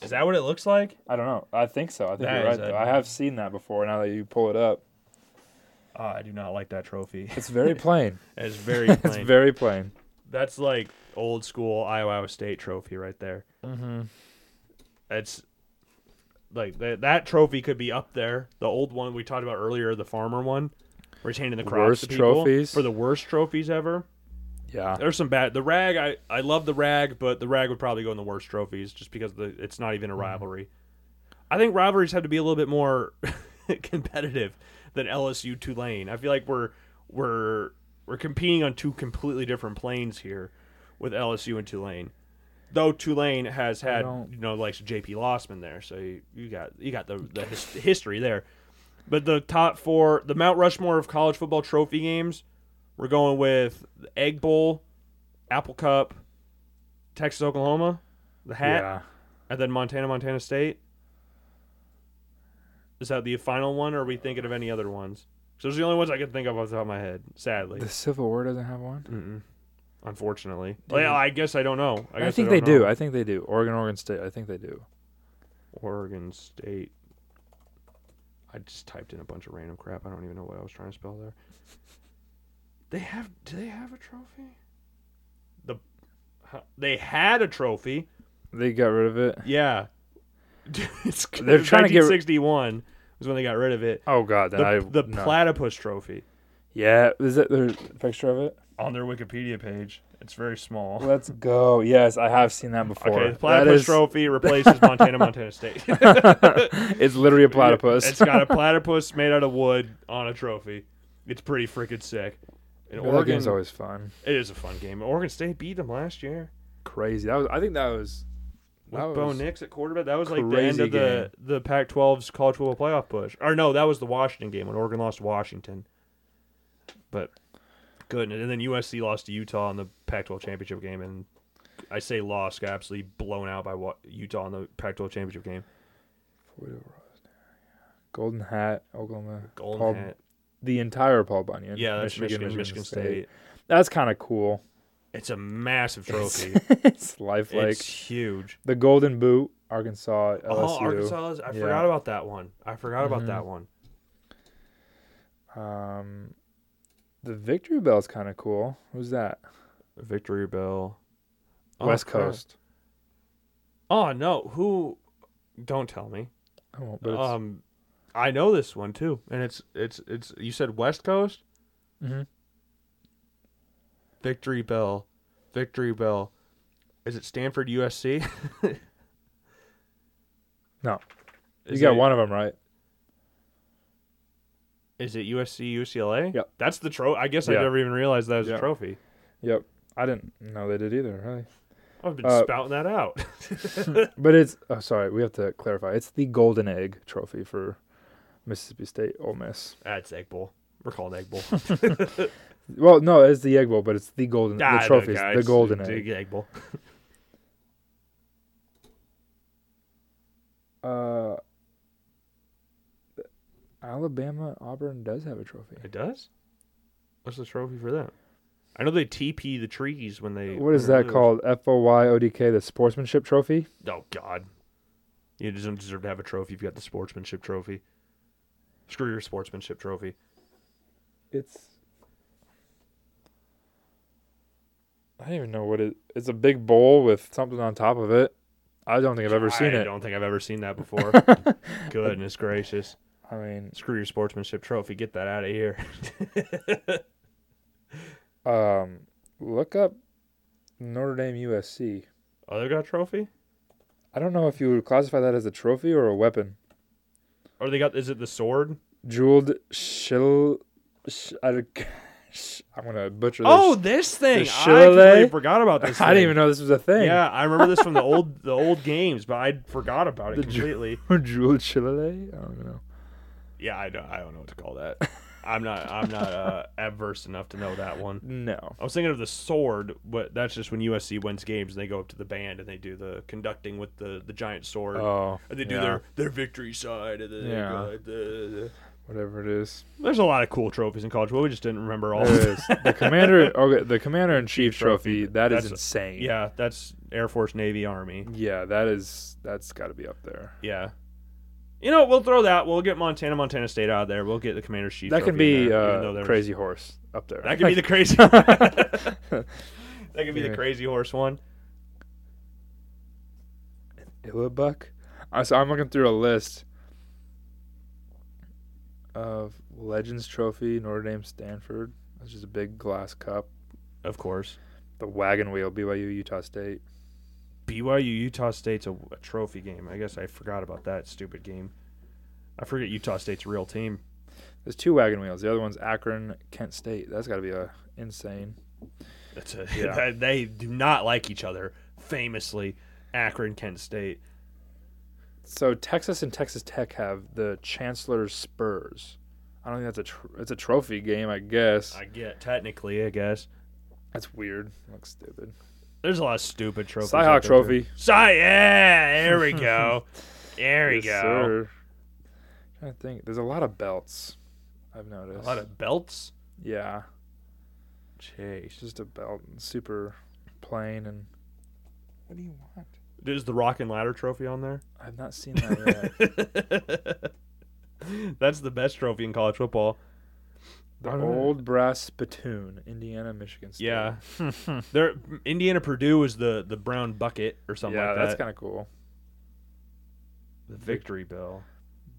Speaker 2: Is that what it looks like?
Speaker 3: I don't know. I think so. I think
Speaker 2: That
Speaker 3: you're
Speaker 2: is
Speaker 3: right.
Speaker 2: a-
Speaker 3: though. I have seen that before. Now that you pull it up,
Speaker 2: Oh, I do not like that trophy.
Speaker 3: it's very plain.
Speaker 2: It's very plain.
Speaker 3: it's very plain.
Speaker 2: that's like old school Iowa State trophy right there.
Speaker 3: Mm-hmm.
Speaker 2: It's like that. That trophy could be up there. The old one we talked about earlier, the farmer one. where he's handing the crops
Speaker 3: Worst
Speaker 2: to people
Speaker 3: trophies?
Speaker 2: for the worst trophies ever.
Speaker 3: Yeah.
Speaker 2: There's some bad. The rag, I I love the rag, but the rag would probably go in the worst trophies just because the, it's not
Speaker 3: Mm-hmm.
Speaker 2: even a rivalry. I think rivalries have to be a little bit more competitive than LSU Tulane. I feel like we're we're we're competing on two completely different planes here with LSU and Tulane. Though Tulane has had
Speaker 3: don't-
Speaker 2: you know like JP Lossman there, so you, you got you got the the his, history there. But the top four, the Mount Rushmore of college football trophy games, we're going with the Egg Bowl, Apple Cup, Texas Oklahoma, the hat,
Speaker 3: Yeah.
Speaker 2: and then Montana Montana State. Is that the final one, or are we thinking of any other ones? So those are the only ones I can think of off the top of my head. Sadly,
Speaker 3: The Civil War doesn't have one.
Speaker 2: Mm-mm. unfortunately, well, I guess I don't know. I,
Speaker 3: I,
Speaker 2: guess
Speaker 3: think they
Speaker 2: don't know.
Speaker 3: do. I think they do. Oregon, Oregon State. I think they do.
Speaker 2: Oregon State. I just typed in a bunch of random crap. I don't even know what I was trying to spell there. They have? Do they have a trophy? The huh, they had a trophy.
Speaker 3: They got rid of it.
Speaker 2: Yeah, it's
Speaker 3: They're trying to get-
Speaker 2: 1961 was when they got rid of it.
Speaker 3: Oh God, then
Speaker 2: The,
Speaker 3: I
Speaker 2: the
Speaker 3: no.
Speaker 2: platypus trophy
Speaker 3: Yeah, is it there's a picture of it?
Speaker 2: on their Wikipedia page. It's very small.
Speaker 3: Let's go. Yes, I have seen that before.
Speaker 2: Okay, the
Speaker 3: that
Speaker 2: platypus trophy replaces Montana Montana State.
Speaker 3: it's literally a platypus.
Speaker 2: It's got a platypus made out of wood on a trophy. It's pretty freaking sick. And
Speaker 3: Oregon's
Speaker 2: Oregon,
Speaker 3: always fun.
Speaker 2: it is a fun game. Oregon State beat them last year
Speaker 3: Crazy. That was. I think that was.
Speaker 2: with
Speaker 3: That
Speaker 2: Bo
Speaker 3: was-
Speaker 2: Nix at quarterback. That was like the end
Speaker 3: crazy
Speaker 2: of the the Pac-12's college football playoff push. Or no, that was the Washington game when Oregon lost to Washington. But good, and then USC lost to Utah in the Pac-12 championship game, and I say lost, got absolutely blown out by wa- Utah in the Pac-12 championship game.
Speaker 3: Golden Hat, Oklahoma.
Speaker 2: Golden
Speaker 3: Paul-
Speaker 2: hat.
Speaker 3: The entire Paul Bunyan.
Speaker 2: Yeah, that's Michigan, Michigan, State.
Speaker 3: That's kind of cool.
Speaker 2: It's a massive trophy.
Speaker 3: it's lifelike.
Speaker 2: it's huge.
Speaker 3: The Golden Boot, Arkansas, LSU.
Speaker 2: Oh, Arkansas! is- I
Speaker 3: Yeah. Mm-hmm.
Speaker 2: forgot about that one. I forgot about that one.
Speaker 3: Um, the Victory Bell's kind of cool. Who's that?
Speaker 2: Victory Bell, Oh,
Speaker 3: West
Speaker 2: crap.
Speaker 3: Coast.
Speaker 2: Oh no, who? Don't tell me.
Speaker 3: Oh, but it's,
Speaker 2: um, I know this one too, and it's it's it's. You said West Coast.
Speaker 3: Mhm.
Speaker 2: Victory Bell, Victory Bell. Is it Stanford USC?
Speaker 3: No. you
Speaker 2: Is
Speaker 3: got
Speaker 2: it-
Speaker 3: one of them right.
Speaker 2: Is it USC UCLA?
Speaker 3: Yep.
Speaker 2: That's the trophy. I guess I
Speaker 3: Yeah.
Speaker 2: never even realized that was
Speaker 3: Yeah.
Speaker 2: a trophy.
Speaker 3: Yep. I didn't know they did either, really.
Speaker 2: I've been
Speaker 3: Uh,
Speaker 2: spouting that out.
Speaker 3: But it's oh sorry, we have to clarify. It's the Golden Egg Trophy for Mississippi State Ole Miss.
Speaker 2: That's Egg Bowl. We're called Egg Bowl.
Speaker 3: Well, no, it's the Egg Bowl, but it's the Golden
Speaker 2: Ah,
Speaker 3: the trophy, is
Speaker 2: guys,
Speaker 3: the Golden
Speaker 2: it's
Speaker 3: Egg.
Speaker 2: the Egg Bowl.
Speaker 3: Uh, Alabama Auburn does have a trophy.
Speaker 2: It does. What's the trophy for that? I know they TP the trees when they.
Speaker 3: What is
Speaker 2: when they
Speaker 3: that
Speaker 2: lose.
Speaker 3: called? F O Y O D K, the Sportsmanship Trophy.
Speaker 2: Oh God, you just don't deserve to have a trophy if you got the sportsmanship trophy. Screw your sportsmanship trophy.
Speaker 3: It's I don't even know what it. It's a big bowl with something on top of it. I don't think I've ever seen
Speaker 2: I
Speaker 3: it.
Speaker 2: don't think I've ever seen that before. Goodness gracious.
Speaker 3: I mean,
Speaker 2: Screw your sportsmanship trophy. Get that out of here.
Speaker 3: um, look up Notre Dame USC.
Speaker 2: Oh, they got a trophy?
Speaker 3: I don't know if you would classify that as a trophy or a weapon.
Speaker 2: Or they got? Is it the sword?
Speaker 3: Jeweled shill. Sh- I, don't- sh- I'm gonna butcher this.
Speaker 2: Oh, this thing! I
Speaker 3: shillelagh?
Speaker 2: completely forgot about this.
Speaker 3: I didn't
Speaker 2: thing.
Speaker 3: even know this was a thing.
Speaker 2: Yeah, I remember this from the old the old games, but I forgot about it
Speaker 3: The ju-
Speaker 2: completely.
Speaker 3: Jeweled shillelagh. I don't know.
Speaker 2: Yeah, I don't I don't know what to call that. I'm not I'm not uh, adverse enough to know that one.
Speaker 3: No.
Speaker 2: I was thinking of the sword, but that's just when USC wins games and they go up to the band and they do the conducting with the, the giant sword.
Speaker 3: Oh.
Speaker 2: and they do
Speaker 3: yeah.
Speaker 2: their, their victory side. And then they
Speaker 3: Yeah.
Speaker 2: go like the-
Speaker 3: whatever it is.
Speaker 2: the- There's a lot of cool trophies in college, but we just didn't remember all.
Speaker 3: There it is. The commander. Okay, the commander in chief trophy. That is
Speaker 2: That's-
Speaker 3: insane.
Speaker 2: yeah, that's Air Force, Navy, Army.
Speaker 3: Yeah. That is. That's got to be up there.
Speaker 2: Yeah. You know, we'll throw that. We'll get Montana, Montana State out of there. We'll get the Commander's Chief.
Speaker 3: That can
Speaker 2: trophy in
Speaker 3: be
Speaker 2: there, even though
Speaker 3: uh,
Speaker 2: there's-
Speaker 3: crazy horse up there.
Speaker 2: That could be the crazy. that could be
Speaker 3: Yeah.
Speaker 2: the crazy horse one.
Speaker 3: Illabuck. I so I'm looking through a list of Legends Trophy, Notre Dame, Stanford. That's just a big glass cup.
Speaker 2: Of course.
Speaker 3: The wagon wheel, BYU, Utah State.
Speaker 2: BYU Utah State's a, a trophy game. I guess I forgot about that stupid game. I forget Utah State's real team.
Speaker 3: There's two wagon wheels. The other one's Akron, Kent State. That's got to be a insane.
Speaker 2: That's a,
Speaker 3: Yeah.
Speaker 2: they do not like each other. Famously, Akron, Kent State.
Speaker 3: So Texas and Texas Tech have the Chancellor's Spurs. I don't think that's a tr- it's a trophy game, I guess.
Speaker 2: I get technically, I guess.
Speaker 3: that's weird. Looks stupid.
Speaker 2: There's a lot of stupid trophies.
Speaker 3: Cyhawk
Speaker 2: out there, too.
Speaker 3: Trophy.
Speaker 2: Cy, yeah, there we go. There we go.
Speaker 3: Yes, sir. trying to think. There's a lot of belts. I've
Speaker 2: A
Speaker 3: noticed.
Speaker 2: lot of belts.
Speaker 3: yeah. It's
Speaker 2: Jeez.
Speaker 3: just a belt, and super plain, and what do you want?
Speaker 2: Is the Rock and Ladder trophy on there?
Speaker 3: I've not seen that yet.
Speaker 2: That's the best trophy in college football.
Speaker 3: the
Speaker 2: I don't know.
Speaker 3: old brass spittoon, Indiana, Michigan State.
Speaker 2: Yeah. there Indiana Purdue is the the brown bucket or something
Speaker 3: yeah,
Speaker 2: like
Speaker 3: that's
Speaker 2: that.
Speaker 3: kind of cool.
Speaker 2: the victory bell.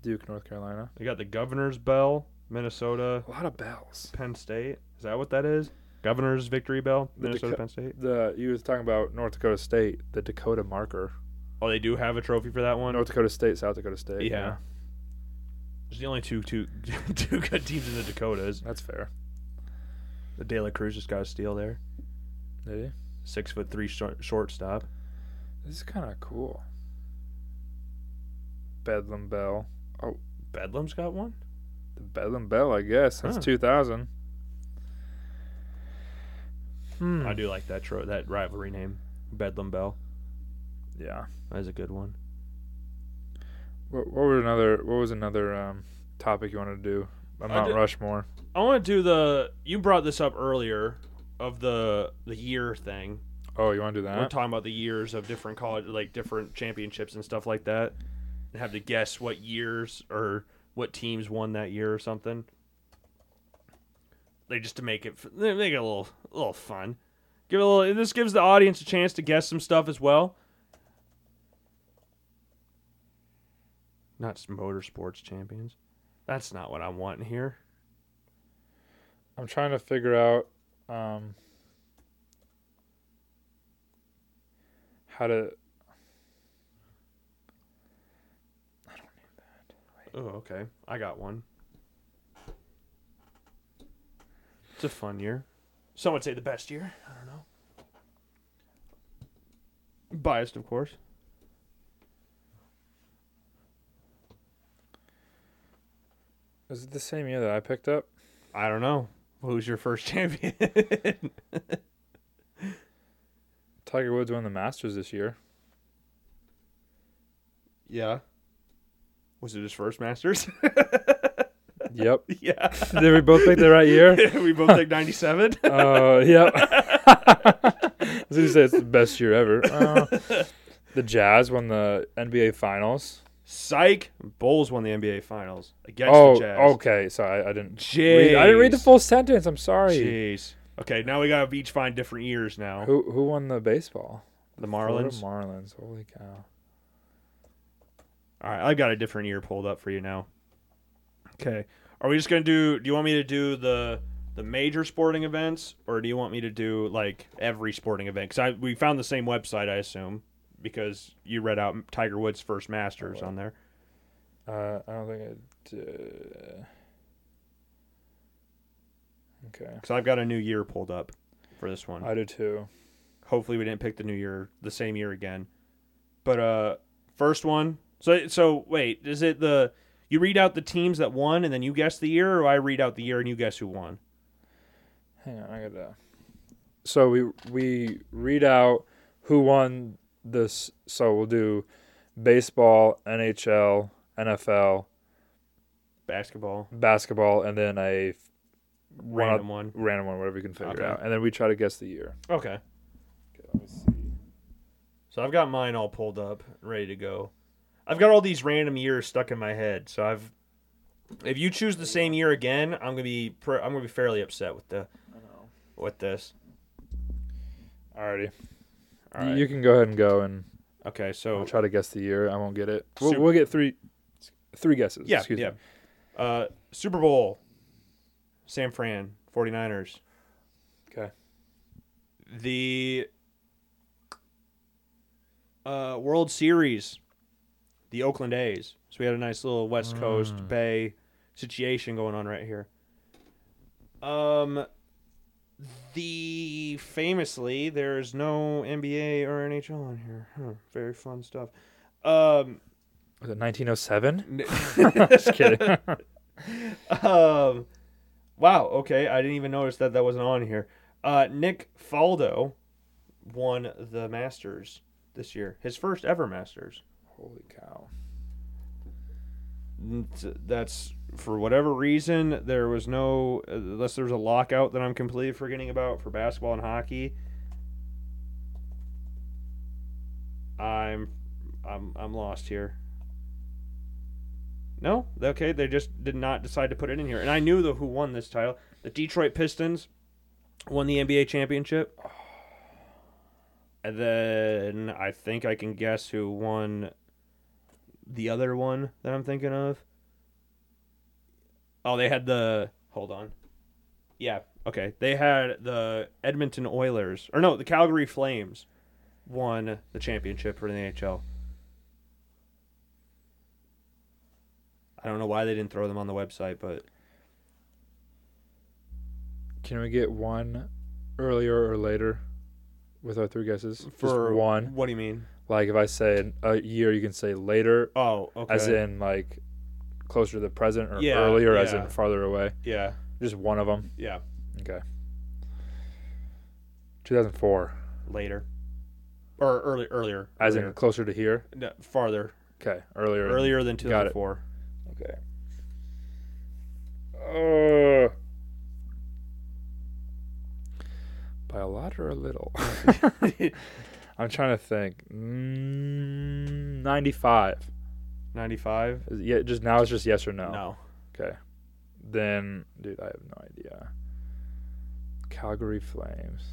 Speaker 3: Duke, North Carolina.
Speaker 2: They got the governor's bell, Minnesota,
Speaker 3: A lot of bells.
Speaker 2: Penn State. Is that what that is? Governor's victory bell,
Speaker 3: The
Speaker 2: Minnesota,
Speaker 3: Daco-
Speaker 2: Penn State.
Speaker 3: The you was talking about North Dakota State, the Dakota marker.
Speaker 2: Oh, they do have a trophy for that one.
Speaker 3: North Dakota State, South Dakota State.
Speaker 2: Yeah. There's the only two two two good teams in the Dakotas.
Speaker 3: that's fair.
Speaker 2: The De La Cruz just got a steal there.
Speaker 3: Maybe.
Speaker 2: Six foot three short, shortstop.
Speaker 3: This is kind of cool. Bedlam Bell,
Speaker 2: Bedlam's got one.
Speaker 3: the Bedlam Bell, I guess. That's
Speaker 2: Huh.
Speaker 3: 2000. Hmm.
Speaker 2: I do like that tro- that rivalry name, Bedlam Bell.
Speaker 3: Yeah.
Speaker 2: That is a good one.
Speaker 3: What, what were another? What was another um, topic you wanted to do? A
Speaker 2: I
Speaker 3: Mount
Speaker 2: did-
Speaker 3: Rushmore.
Speaker 2: I want to do the. You brought this up earlier of the the year thing.
Speaker 3: Oh, you want to do
Speaker 2: We're
Speaker 3: that?
Speaker 2: talking about the years of different college, like different championships and stuff like that, and have to guess what years or what teams won that year or something. They just to make it f- they make it a little a little fun. Give it a little. and This gives the audience a chance to guess some stuff as well. Not s- motorsports champions. That's not what I'm wanting here.
Speaker 3: I'm trying to figure out um, how to.
Speaker 2: Oh, okay. I got one. It's a fun year. Some would say the best year. I don't know. Biased, of course.
Speaker 3: Is it the same year that I picked up?
Speaker 2: I don't know. Who's your first champion?
Speaker 3: Tiger Woods won the Masters this year.
Speaker 2: yeah. Was it his first Masters?
Speaker 3: Yep.
Speaker 2: yeah.
Speaker 3: Did we both pick the right year?
Speaker 2: we both think 97.
Speaker 3: Uh, yep. I was gonna say it's the best year ever. Uh, the Jazz won the NBA Finals.
Speaker 2: Psych. Bulls won the NBA Finals against
Speaker 3: oh,
Speaker 2: the Jazz.
Speaker 3: okay. Sorry, I, I didn't. Read, I didn't read the
Speaker 2: Jeez.
Speaker 3: full sentence. I'm sorry.
Speaker 2: Jeez. Okay, now we gotta each find different years now.
Speaker 3: Who who won the baseball?
Speaker 2: The
Speaker 3: Florida
Speaker 2: Marlins.
Speaker 3: Marlins. Holy cow.
Speaker 2: All right, I've got a different year pulled up for you now. Okay. Are we just gonna do? Do you want me to do the the major sporting events, or do you want me to do like every sporting event? Because I we found the same website, I assume, because you read out Tiger Woods' first Masters on there.
Speaker 3: Uh, I don't think I did. Okay.
Speaker 2: Because I've got a new year pulled up for this one.
Speaker 3: I do too.
Speaker 2: Hopefully, we didn't pick the new year, the same year again. But uh, first one. So so wait, is it the you read out the teams that won and then you guess the year, or I read out the year and you guess who won?
Speaker 3: Hang on, I got that. So we we read out who won this. So we'll do baseball, NHL, NFL,
Speaker 2: Basketball.
Speaker 3: basketball, and then a f- one
Speaker 2: Random one.
Speaker 3: random one, whatever we can figure
Speaker 2: Okay.
Speaker 3: out, and then we try to guess the year.
Speaker 2: Okay.
Speaker 3: Okay, let me see.
Speaker 2: So I've got mine all pulled up, ready to go. I've got all these random years stuck in my head. So I've if you choose the same year again, I'm going to be pr- I'm going to be fairly upset with the
Speaker 3: I know.
Speaker 2: with this.
Speaker 3: Alrighty.
Speaker 2: All right.
Speaker 3: You can go ahead and go and
Speaker 2: okay,
Speaker 3: I'll
Speaker 2: so
Speaker 3: try to guess the year. I won't get it. We'll,
Speaker 2: Super-
Speaker 3: we'll get three, three guesses.
Speaker 2: yeah,
Speaker 3: Excuse
Speaker 2: yeah.
Speaker 3: Me.
Speaker 2: Uh Super Bowl San Fran, 49ers.
Speaker 3: Okay.
Speaker 2: The uh, World Series, the Oakland A's. So we had a nice little West Coast Bay situation going on right here. Um, the famously, there's no NBA or NHL on here. Huh, very fun stuff. Um,
Speaker 3: Was it 1907?
Speaker 2: n-
Speaker 3: Just kidding.
Speaker 2: um, wow. Okay, I didn't even notice that that wasn't on here. Uh, Nick Faldo won the Masters this year, his first ever Masters.
Speaker 3: Holy cow.
Speaker 2: That's for whatever reason there was no unless there's a lockout that I'm completely forgetting about for basketball and hockey. I'm I'm I'm lost here. No, okay, they just did not decide to put it in here. And I knew the who won this title. The Detroit Pistons won the NBA championship. And then I think I can guess who won the other one that I'm thinking of. Oh, they had the hold on. Yeah, okay. They had the Edmonton Oilers or no, the Calgary Flames won the championship for the NHL. I don't know why they didn't throw them on the website, but
Speaker 3: Can we get one earlier or later with our three guesses? Just
Speaker 2: for
Speaker 3: one.
Speaker 2: what do you mean?
Speaker 3: Like if I say a year, you can say later,
Speaker 2: Oh, okay.
Speaker 3: as in like closer to the present, or
Speaker 2: Yeah,
Speaker 3: earlier, as
Speaker 2: yeah.
Speaker 3: in farther away.
Speaker 2: yeah,
Speaker 3: Just one of them.
Speaker 2: yeah,
Speaker 3: Okay. 2004,
Speaker 2: later or early, earlier,
Speaker 3: as in
Speaker 2: earlier.
Speaker 3: closer to here.
Speaker 2: No, farther,
Speaker 3: Okay, earlier.
Speaker 2: earlier than
Speaker 3: Got it.
Speaker 2: 2004.
Speaker 3: Okay. Uh, by a lot or a little? I'm trying to think. Mm, 95.
Speaker 2: 95?
Speaker 3: Is it Yeah, just now it's just yes or no.
Speaker 2: No.
Speaker 3: Okay. Then, dude, I have no idea. Calgary Flames.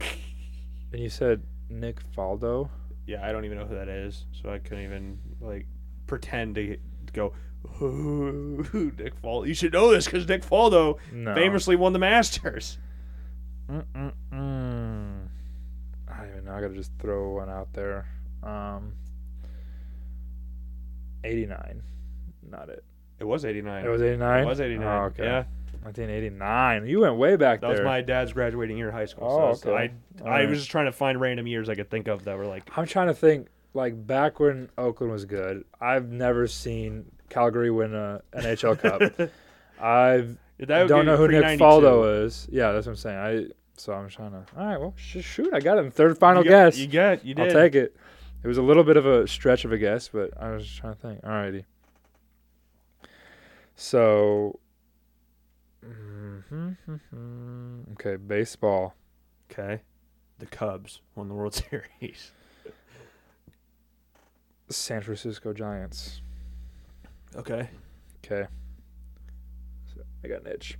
Speaker 3: And you said Nick Faldo.
Speaker 2: yeah, I don't even know who that is, so I couldn't even like pretend to to go. "Ooh, Nick Faldo. You should know this because Nick Faldo
Speaker 3: No.
Speaker 2: famously won the Masters.
Speaker 3: Mm-mm-mm. I don't even know. I gotta just throw one out there. Um, 89. Not it.
Speaker 2: It was '89.
Speaker 3: It was 89?
Speaker 2: It was '89.
Speaker 3: Oh, okay.
Speaker 2: Yeah,
Speaker 3: 1989. You went way back
Speaker 2: that
Speaker 3: there.
Speaker 2: was my dad's graduating year of high school.
Speaker 3: Oh,
Speaker 2: so
Speaker 3: okay.
Speaker 2: I
Speaker 3: All
Speaker 2: I
Speaker 3: right.
Speaker 2: was just trying to find random years I could think of that were like
Speaker 3: I'm trying to think, like, back when Oakland was good, I've never seen Calgary win a NHL Cup. I've
Speaker 2: that. would
Speaker 3: don't
Speaker 2: be
Speaker 3: know who Nick
Speaker 2: pre-92.
Speaker 3: Faldo is. Yeah, that's what I'm saying. I So I'm trying to. All right, well, sh- shoot. I got it in third final
Speaker 2: you
Speaker 3: guess.
Speaker 2: Got, you got. You
Speaker 3: I'll
Speaker 2: did.
Speaker 3: take it. It was a little bit of a stretch of a guess, but I was just trying to think. Alrighty. So, mm-hmm, okay, baseball.
Speaker 2: Okay. The Cubs won the World Series.
Speaker 3: San Francisco Giants.
Speaker 2: Okay.
Speaker 3: Okay. So I got an itch.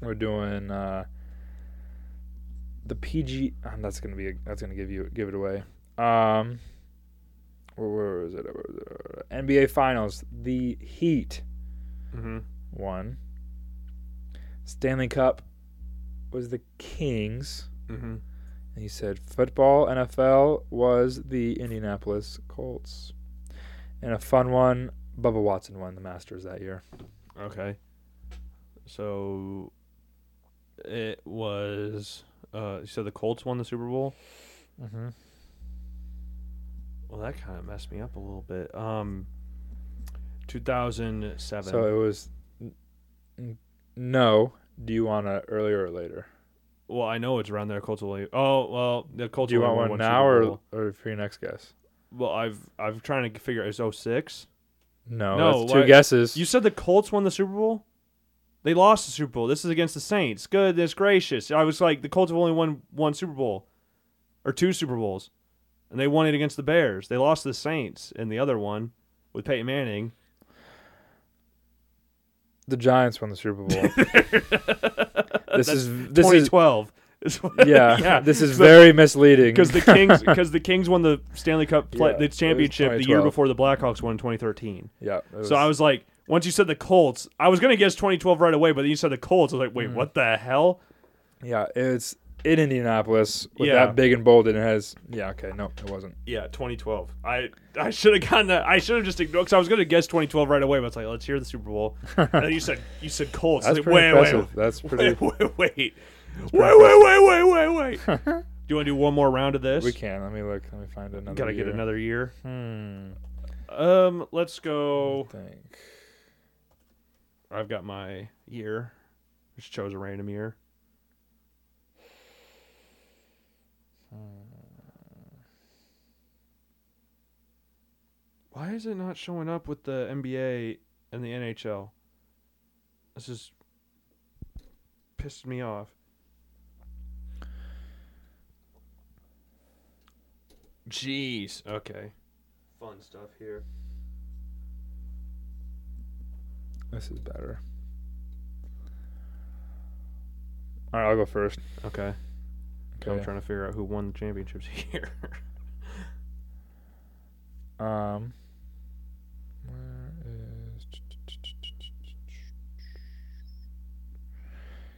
Speaker 3: We're doing uh, the PG. Um, that's gonna be. A, that's gonna give you give it away. Um, where, where was it? Where was it? NBA Finals. The Heat.
Speaker 2: Mm-hmm.
Speaker 3: one. Stanley Cup was the Kings.
Speaker 2: Mm-hmm.
Speaker 3: And he said football, NFL was the Indianapolis Colts. And a fun one, Bubba Watson won the Masters that year.
Speaker 2: Okay. So it was uh so the Colts won the Super Bowl.
Speaker 3: Mm-hmm.
Speaker 2: Well, that kind of messed me up a little bit. Um 2007.
Speaker 3: So it was n- n- no. Do you want to earlier or later?
Speaker 2: well, I know it's around there Colts will Oh, well, the Colts
Speaker 3: Do you
Speaker 2: only
Speaker 3: want
Speaker 2: won
Speaker 3: one
Speaker 2: Super
Speaker 3: now or,
Speaker 2: Bowl.
Speaker 3: or for your next guess?
Speaker 2: Well, I've I've trying to figure oh it's 06.
Speaker 3: No,
Speaker 2: No,
Speaker 3: that's two
Speaker 2: what-
Speaker 3: guesses.
Speaker 2: You said the Colts won the Super Bowl? They lost the Super Bowl. This is against the Saints. Goodness gracious. I was like, the Colts have only won one Super Bowl or two Super Bowls, and they won it against the Bears. They lost to the Saints in the other one with Peyton Manning.
Speaker 3: the Giants won the Super Bowl. this is this is
Speaker 2: 2012. Is what,
Speaker 3: Yeah, this is very misleading.
Speaker 2: because the Kings because the Kings won the Stanley Cup play,
Speaker 3: Yeah,
Speaker 2: the
Speaker 3: it was
Speaker 2: championship the year
Speaker 3: 2012.
Speaker 2: before the Blackhawks won in 2013.
Speaker 3: yeah, it
Speaker 2: So I was like, once you said the Colts, I was gonna guess 2012 right away, but then you said the Colts. I was like,
Speaker 3: Mm.
Speaker 2: wait, what the hell?
Speaker 3: yeah, it's in Indianapolis with
Speaker 2: Yeah.
Speaker 3: that big and bold, and it has yeah. Okay, no, it wasn't.
Speaker 2: Yeah, 2012. I I should have gotten that. I should have just ignored because I was gonna guess 2012 right away. But it's like, let's hear the Super Bowl. and then you said you said Colts. I was
Speaker 3: That's
Speaker 2: like,
Speaker 3: pretty
Speaker 2: wait, wait,
Speaker 3: impressive. That's pretty.
Speaker 2: wait, wait, wait, wait, wait, wait, wait, wait. do you want to do one more round of this?
Speaker 3: We can. Let me look. Let me find another.
Speaker 2: Gotta get
Speaker 3: year.
Speaker 2: another year.
Speaker 3: Hmm.
Speaker 2: Um, let's go.
Speaker 3: Think.
Speaker 2: I've got my year. Just chose a random year. Why is it not showing up with the NBA and the NHL? This is pissed me off. Jeez. Okay. Fun stuff here.
Speaker 3: This is better. All right, I'll go first.
Speaker 2: Okay. I'm
Speaker 3: Okay.
Speaker 2: trying to figure out who won the championships here.
Speaker 3: Um, where is?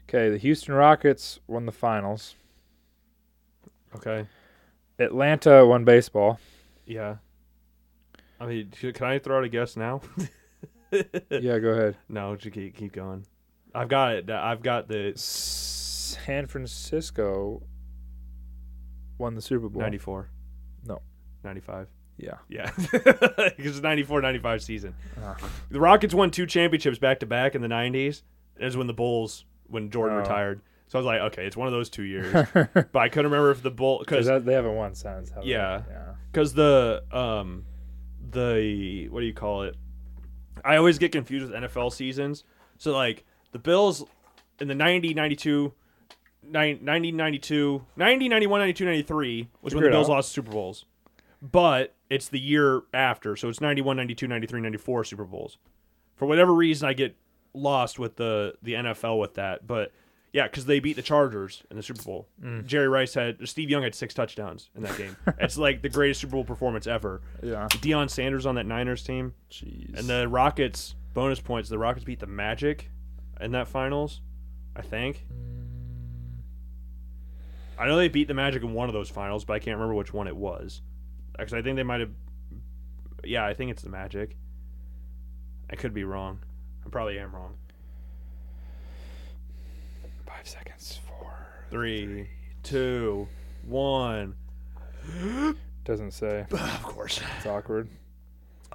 Speaker 3: Okay, the Houston Rockets won the finals.
Speaker 2: okay.
Speaker 3: Atlanta won baseball.
Speaker 2: Yeah. I mean, c- can I throw out a guess now?
Speaker 3: yeah, go ahead.
Speaker 2: no, just keep, keep going. I've got it. I've got the
Speaker 3: San Francisco won the Super Bowl.
Speaker 2: 94.
Speaker 3: No.
Speaker 2: 95.
Speaker 3: Yeah.
Speaker 2: Yeah. Because 94 95 season.
Speaker 3: Ah.
Speaker 2: The Rockets won two championships back to back in the 90s. It was when the Bulls, when Jordan
Speaker 3: Oh.
Speaker 2: retired. So I was like, okay, it's one of those two years. but I couldn't remember if the Bull.
Speaker 3: Because
Speaker 2: Because
Speaker 3: they haven't won since. have they?
Speaker 2: Yeah.
Speaker 3: Yeah.
Speaker 2: because the um the what do you call it i always get confused with nfl seasons so like the bills in the 90 92 90 92 90 91 92 93 was when
Speaker 3: Figure
Speaker 2: the
Speaker 3: it
Speaker 2: bills
Speaker 3: out.
Speaker 2: lost super bowls but it's the year after so it's 91 92 93 94 super bowls for whatever reason i get lost with the the nfl with that but yeah, because they beat the Chargers in the Super Bowl.
Speaker 3: Mm.
Speaker 2: Jerry Rice had Steve Young had six touchdowns in that game. it's like the greatest Super Bowl performance ever.
Speaker 3: Yeah.
Speaker 2: Deion Sanders on that Niners team
Speaker 3: Jeez.
Speaker 2: and the Rockets bonus points. The Rockets beat the Magic in that finals, I think. I know they beat the Magic in one of those finals, but I can't remember which one it was. Actually, I think they might have. Yeah, I think it's the Magic. I could be wrong. I probably am wrong.
Speaker 3: five seconds. Four.
Speaker 2: Three, two, one.
Speaker 3: Doesn't say.
Speaker 2: Of course.
Speaker 3: It's awkward.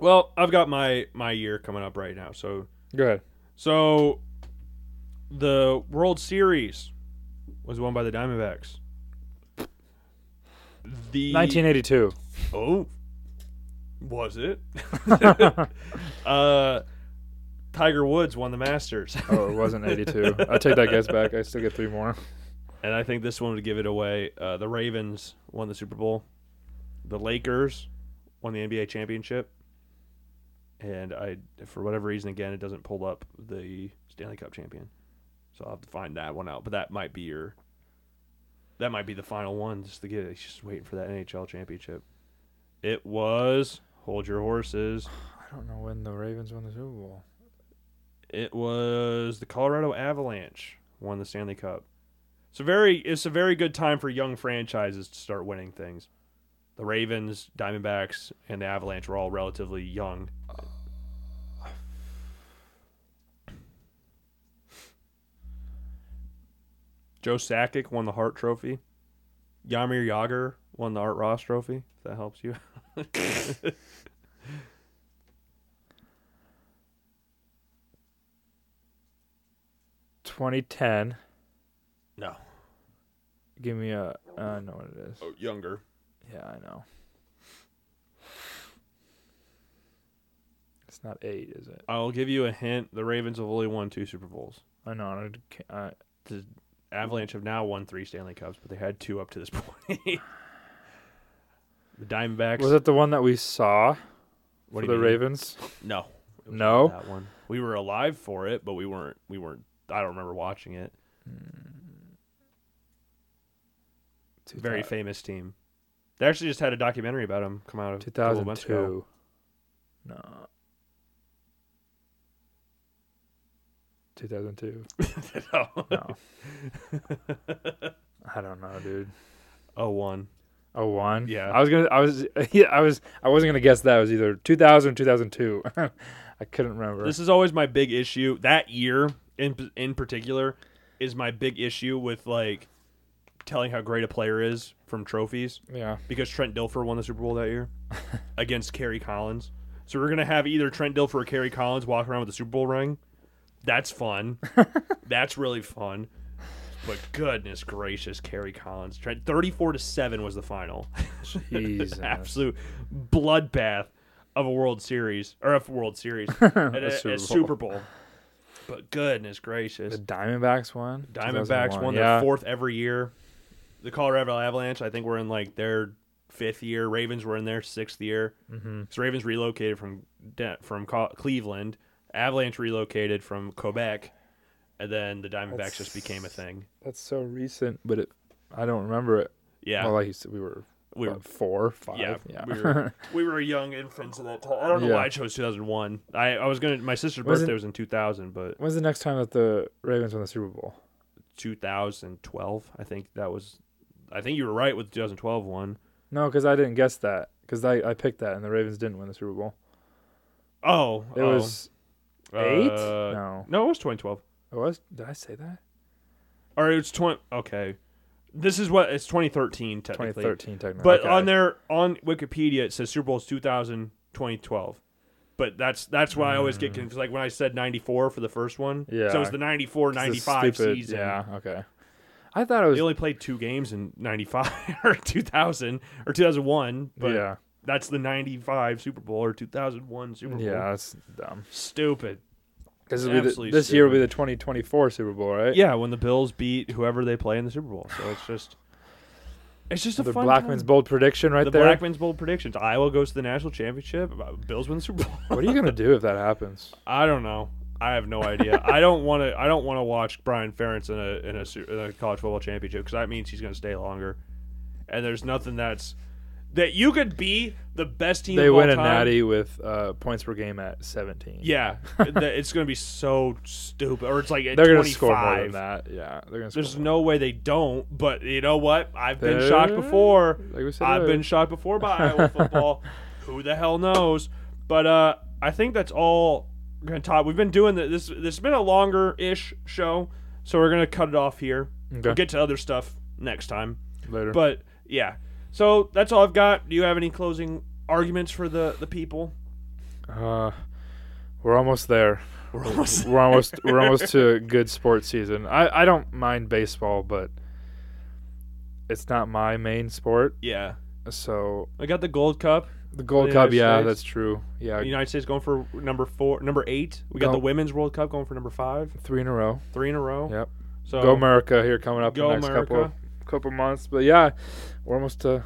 Speaker 2: Well, I've got my my year coming up right now. So
Speaker 3: Go ahead.
Speaker 2: so the World Series was won by the Diamondbacks. The
Speaker 3: 1982.
Speaker 2: Oh. Was it?
Speaker 3: Oh,
Speaker 2: uh Tiger Woods won the Masters.
Speaker 3: Oh, it wasn't 82. I take that guess back. I still get three more.
Speaker 2: And I think this one would give it away. Uh, the Ravens won the Super Bowl. The Lakers won the NBA championship. And I, for whatever reason, again, it doesn't pull up the Stanley Cup champion. So I'll have to find that one out. But that might be your, that might be the final one just to get it. It's Just waiting for that NHL championship. It was hold your horses.
Speaker 3: I don't know when the Ravens won the Super Bowl.
Speaker 2: It was the Colorado Avalanche won the Stanley Cup. It's a very it's a very good time for young franchises to start winning things. The Ravens, Diamondbacks, and the Avalanche were all relatively young. Joe Sakic won the Hart Trophy. Yamir Yager won the Art Ross Trophy. If that helps you.
Speaker 3: Twenty ten.
Speaker 2: No.
Speaker 3: Give me a. uh, I know what it
Speaker 2: Oh.
Speaker 3: is.
Speaker 2: younger.
Speaker 3: Yeah, I know. It's not eight, is it?
Speaker 2: I'll give you a hint. The Ravens have only won two Super Bowls.
Speaker 3: I know. I can't- I,
Speaker 2: the Avalanche have now won three Stanley Cups, but they had two up to this point. the Diamondbacks.
Speaker 3: was it the one that we saw
Speaker 2: What do
Speaker 3: for the
Speaker 2: you mean?
Speaker 3: Ravens? Oh.
Speaker 2: No, It was
Speaker 3: No?
Speaker 2: not that one. We were alive for it, but we weren't. We weren't. I don't remember watching it. very famous team. They actually just had a documentary about him come out
Speaker 3: Two
Speaker 2: a couple
Speaker 3: thousand
Speaker 2: months ago.
Speaker 3: two. No. Two thousand two.
Speaker 2: no.
Speaker 3: No. I don't know, dude.
Speaker 2: Oh, one.
Speaker 3: Oh one.
Speaker 2: Yeah.
Speaker 3: I was gonna. I was. Yeah. I was. I wasn't gonna guess that. It was either two thousand or two thousand two. I couldn't remember.
Speaker 2: This is always my big issue. That year in in particular is my big issue with like telling how great a player is from trophies
Speaker 3: yeah.
Speaker 2: because Trent Dilfer won the Super Bowl that year against Kerry Collins. So we're gonna have either Trent Dilfer or Kerry Collins walk around with a Super Bowl ring. That's fun. That's really fun. But goodness gracious, Kerry Collins. Trent thirty-four to seven was the final.
Speaker 3: Jesus.
Speaker 2: absolute bloodbath of a World Series or of World Series and a, a Super,
Speaker 3: Super Bowl.
Speaker 2: Bowl. But goodness gracious,
Speaker 3: The Diamondbacks won.
Speaker 2: Diamondbacks
Speaker 3: 2001.
Speaker 2: won
Speaker 3: Yeah.
Speaker 2: their fourth every year. The Colorado Avalanche, I think, were in like their fifth year. Ravens were in their sixth year. Mm-hmm. So Ravens relocated from De- from Co- Cleveland. Avalanche relocated from Quebec, and then the Diamondbacks
Speaker 3: That's-
Speaker 2: just became a thing.
Speaker 3: That's so recent, but it. I don't remember it.
Speaker 2: Yeah,
Speaker 3: Well, like you said, we were.
Speaker 2: we were
Speaker 3: what, four, five.
Speaker 2: Yeah,
Speaker 3: Yeah.
Speaker 2: We, were, we were young infants at that time. I don't know
Speaker 3: uh, Yeah.
Speaker 2: why I chose 2001. I, I was gonna my sister's
Speaker 3: Was it-
Speaker 2: birthday was in 2000, but
Speaker 3: When's the next time that the Ravens won the Super Bowl?
Speaker 2: 2012 I think that was. I think you were right with the 2012 one.
Speaker 3: No, because I didn't guess that. Because I, I picked that, and the Ravens didn't win the Super Bowl.
Speaker 2: Oh,
Speaker 3: It
Speaker 2: oh,
Speaker 3: was eight.
Speaker 2: uh, no.
Speaker 3: no,
Speaker 2: it was 2012.
Speaker 3: it was. Did I say that?
Speaker 2: Or it was 20. Okay, this is what it's 2013
Speaker 3: Twenty
Speaker 2: technically.
Speaker 3: thirteen, technically.
Speaker 2: But
Speaker 3: Okay.
Speaker 2: on their on Wikipedia it says Super Bowl's 2000 2012. But that's that's why I always get confused. Like when I said 94 for the first one, so it
Speaker 3: Mm. Yeah.
Speaker 2: was the 94
Speaker 3: It's a
Speaker 2: 95
Speaker 3: stupid-
Speaker 2: season.
Speaker 3: Yeah. Okay. I thought it was.
Speaker 2: They only played two games in 95 or 2000 or 2001, but
Speaker 3: yeah.
Speaker 2: that's the 95 Super Bowl or 2001 Super Bowl.
Speaker 3: Yeah, that's dumb.
Speaker 2: Stupid.
Speaker 3: This, will be the,
Speaker 2: absolutely
Speaker 3: this year will be
Speaker 2: stupid.
Speaker 3: the 2024 Super Bowl, right?
Speaker 2: Yeah, when the Bills beat whoever they play in the Super Bowl. So it's just it's just a
Speaker 3: The
Speaker 2: fun
Speaker 3: Blackman's
Speaker 2: time.
Speaker 3: bold prediction right
Speaker 2: the
Speaker 3: there.
Speaker 2: Blackman's Bowl predictions. Iowa goes to the national championship. Uh, Bills win the Super Bowl.
Speaker 3: what are you gonna do if that happens?
Speaker 2: I don't know. I have no idea. I don't want to. I don't want to watch Brian Ferentz in a in a, su- in a college football championship because that means he's going to stay longer. And there's nothing that's that you could be the best team.
Speaker 3: They
Speaker 2: of all
Speaker 3: win a
Speaker 2: time.
Speaker 3: natty with uh, points per game at 17.
Speaker 2: Yeah, that- it's going to be so stupid. Or it's like at
Speaker 3: they're gonna
Speaker 2: 25.
Speaker 3: score more than that. Yeah, they're gonna score.
Speaker 2: There's
Speaker 3: more.
Speaker 2: no way they don't. But you know what? I've been
Speaker 3: They're-
Speaker 2: shocked before.
Speaker 3: Like we said,
Speaker 2: I've
Speaker 3: earlier.
Speaker 2: been shocked before by Iowa football. Who the hell knows? But uh, I think that's all we're gonna talk. We've been doing the, this. This has been a longer ish show, so we're gonna cut it off here. We'll
Speaker 3: Okay.
Speaker 2: get to other stuff next time.
Speaker 3: later.
Speaker 2: But yeah, so that's all I've got. Do you have any closing arguments for the the people?
Speaker 3: Uh, we're almost there.
Speaker 2: We're almost.
Speaker 3: We're almost we're almost to a good sports season. I, I don't mind baseball, but it's not my main sport.
Speaker 2: Yeah,
Speaker 3: So
Speaker 2: I got the Gold Cup.
Speaker 3: the Gold
Speaker 2: The
Speaker 3: Cup,
Speaker 2: United
Speaker 3: yeah,
Speaker 2: States.
Speaker 3: that's true. Yeah,
Speaker 2: The United States going for number four, number eight. We got
Speaker 3: Go-
Speaker 2: the Women's World Cup going for number five,
Speaker 3: three in a row.
Speaker 2: three in a row.
Speaker 3: Yep.
Speaker 2: So
Speaker 3: Go America here coming up
Speaker 2: Go
Speaker 3: the next couple of,
Speaker 2: America.
Speaker 3: couple months. But yeah, we're almost to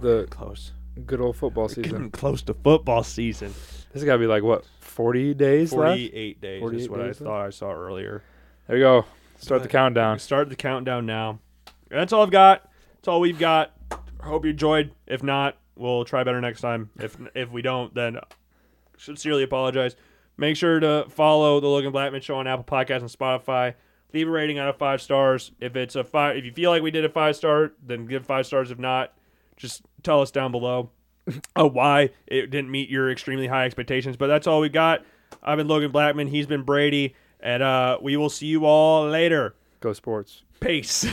Speaker 3: the
Speaker 2: close.
Speaker 3: good old football season.
Speaker 2: Getting close to football season.
Speaker 3: This has got to be like what forty days left.
Speaker 2: Forty-eight days
Speaker 3: 48
Speaker 2: is what
Speaker 3: days
Speaker 2: I
Speaker 3: left?
Speaker 2: thought I saw earlier.
Speaker 3: There you go. Start the
Speaker 2: Right.
Speaker 3: countdown.
Speaker 2: Start the countdown now. That's all I've got. That's all we've got. Hope you enjoyed. If not, we'll try better next time. If if we don't, then sincerely apologize. Make sure to follow the Logan Blackman Show on Apple Podcasts and Spotify. Leave a rating out of five stars. If it's a five, if you feel like we did a five star, then give five stars. If not, just tell us down below uh, why it didn't meet your extremely high expectations. But that's all we got. I've been Logan Blackman. He's been Brady, and uh, we will see you all later.
Speaker 3: Go sports.
Speaker 2: Peace.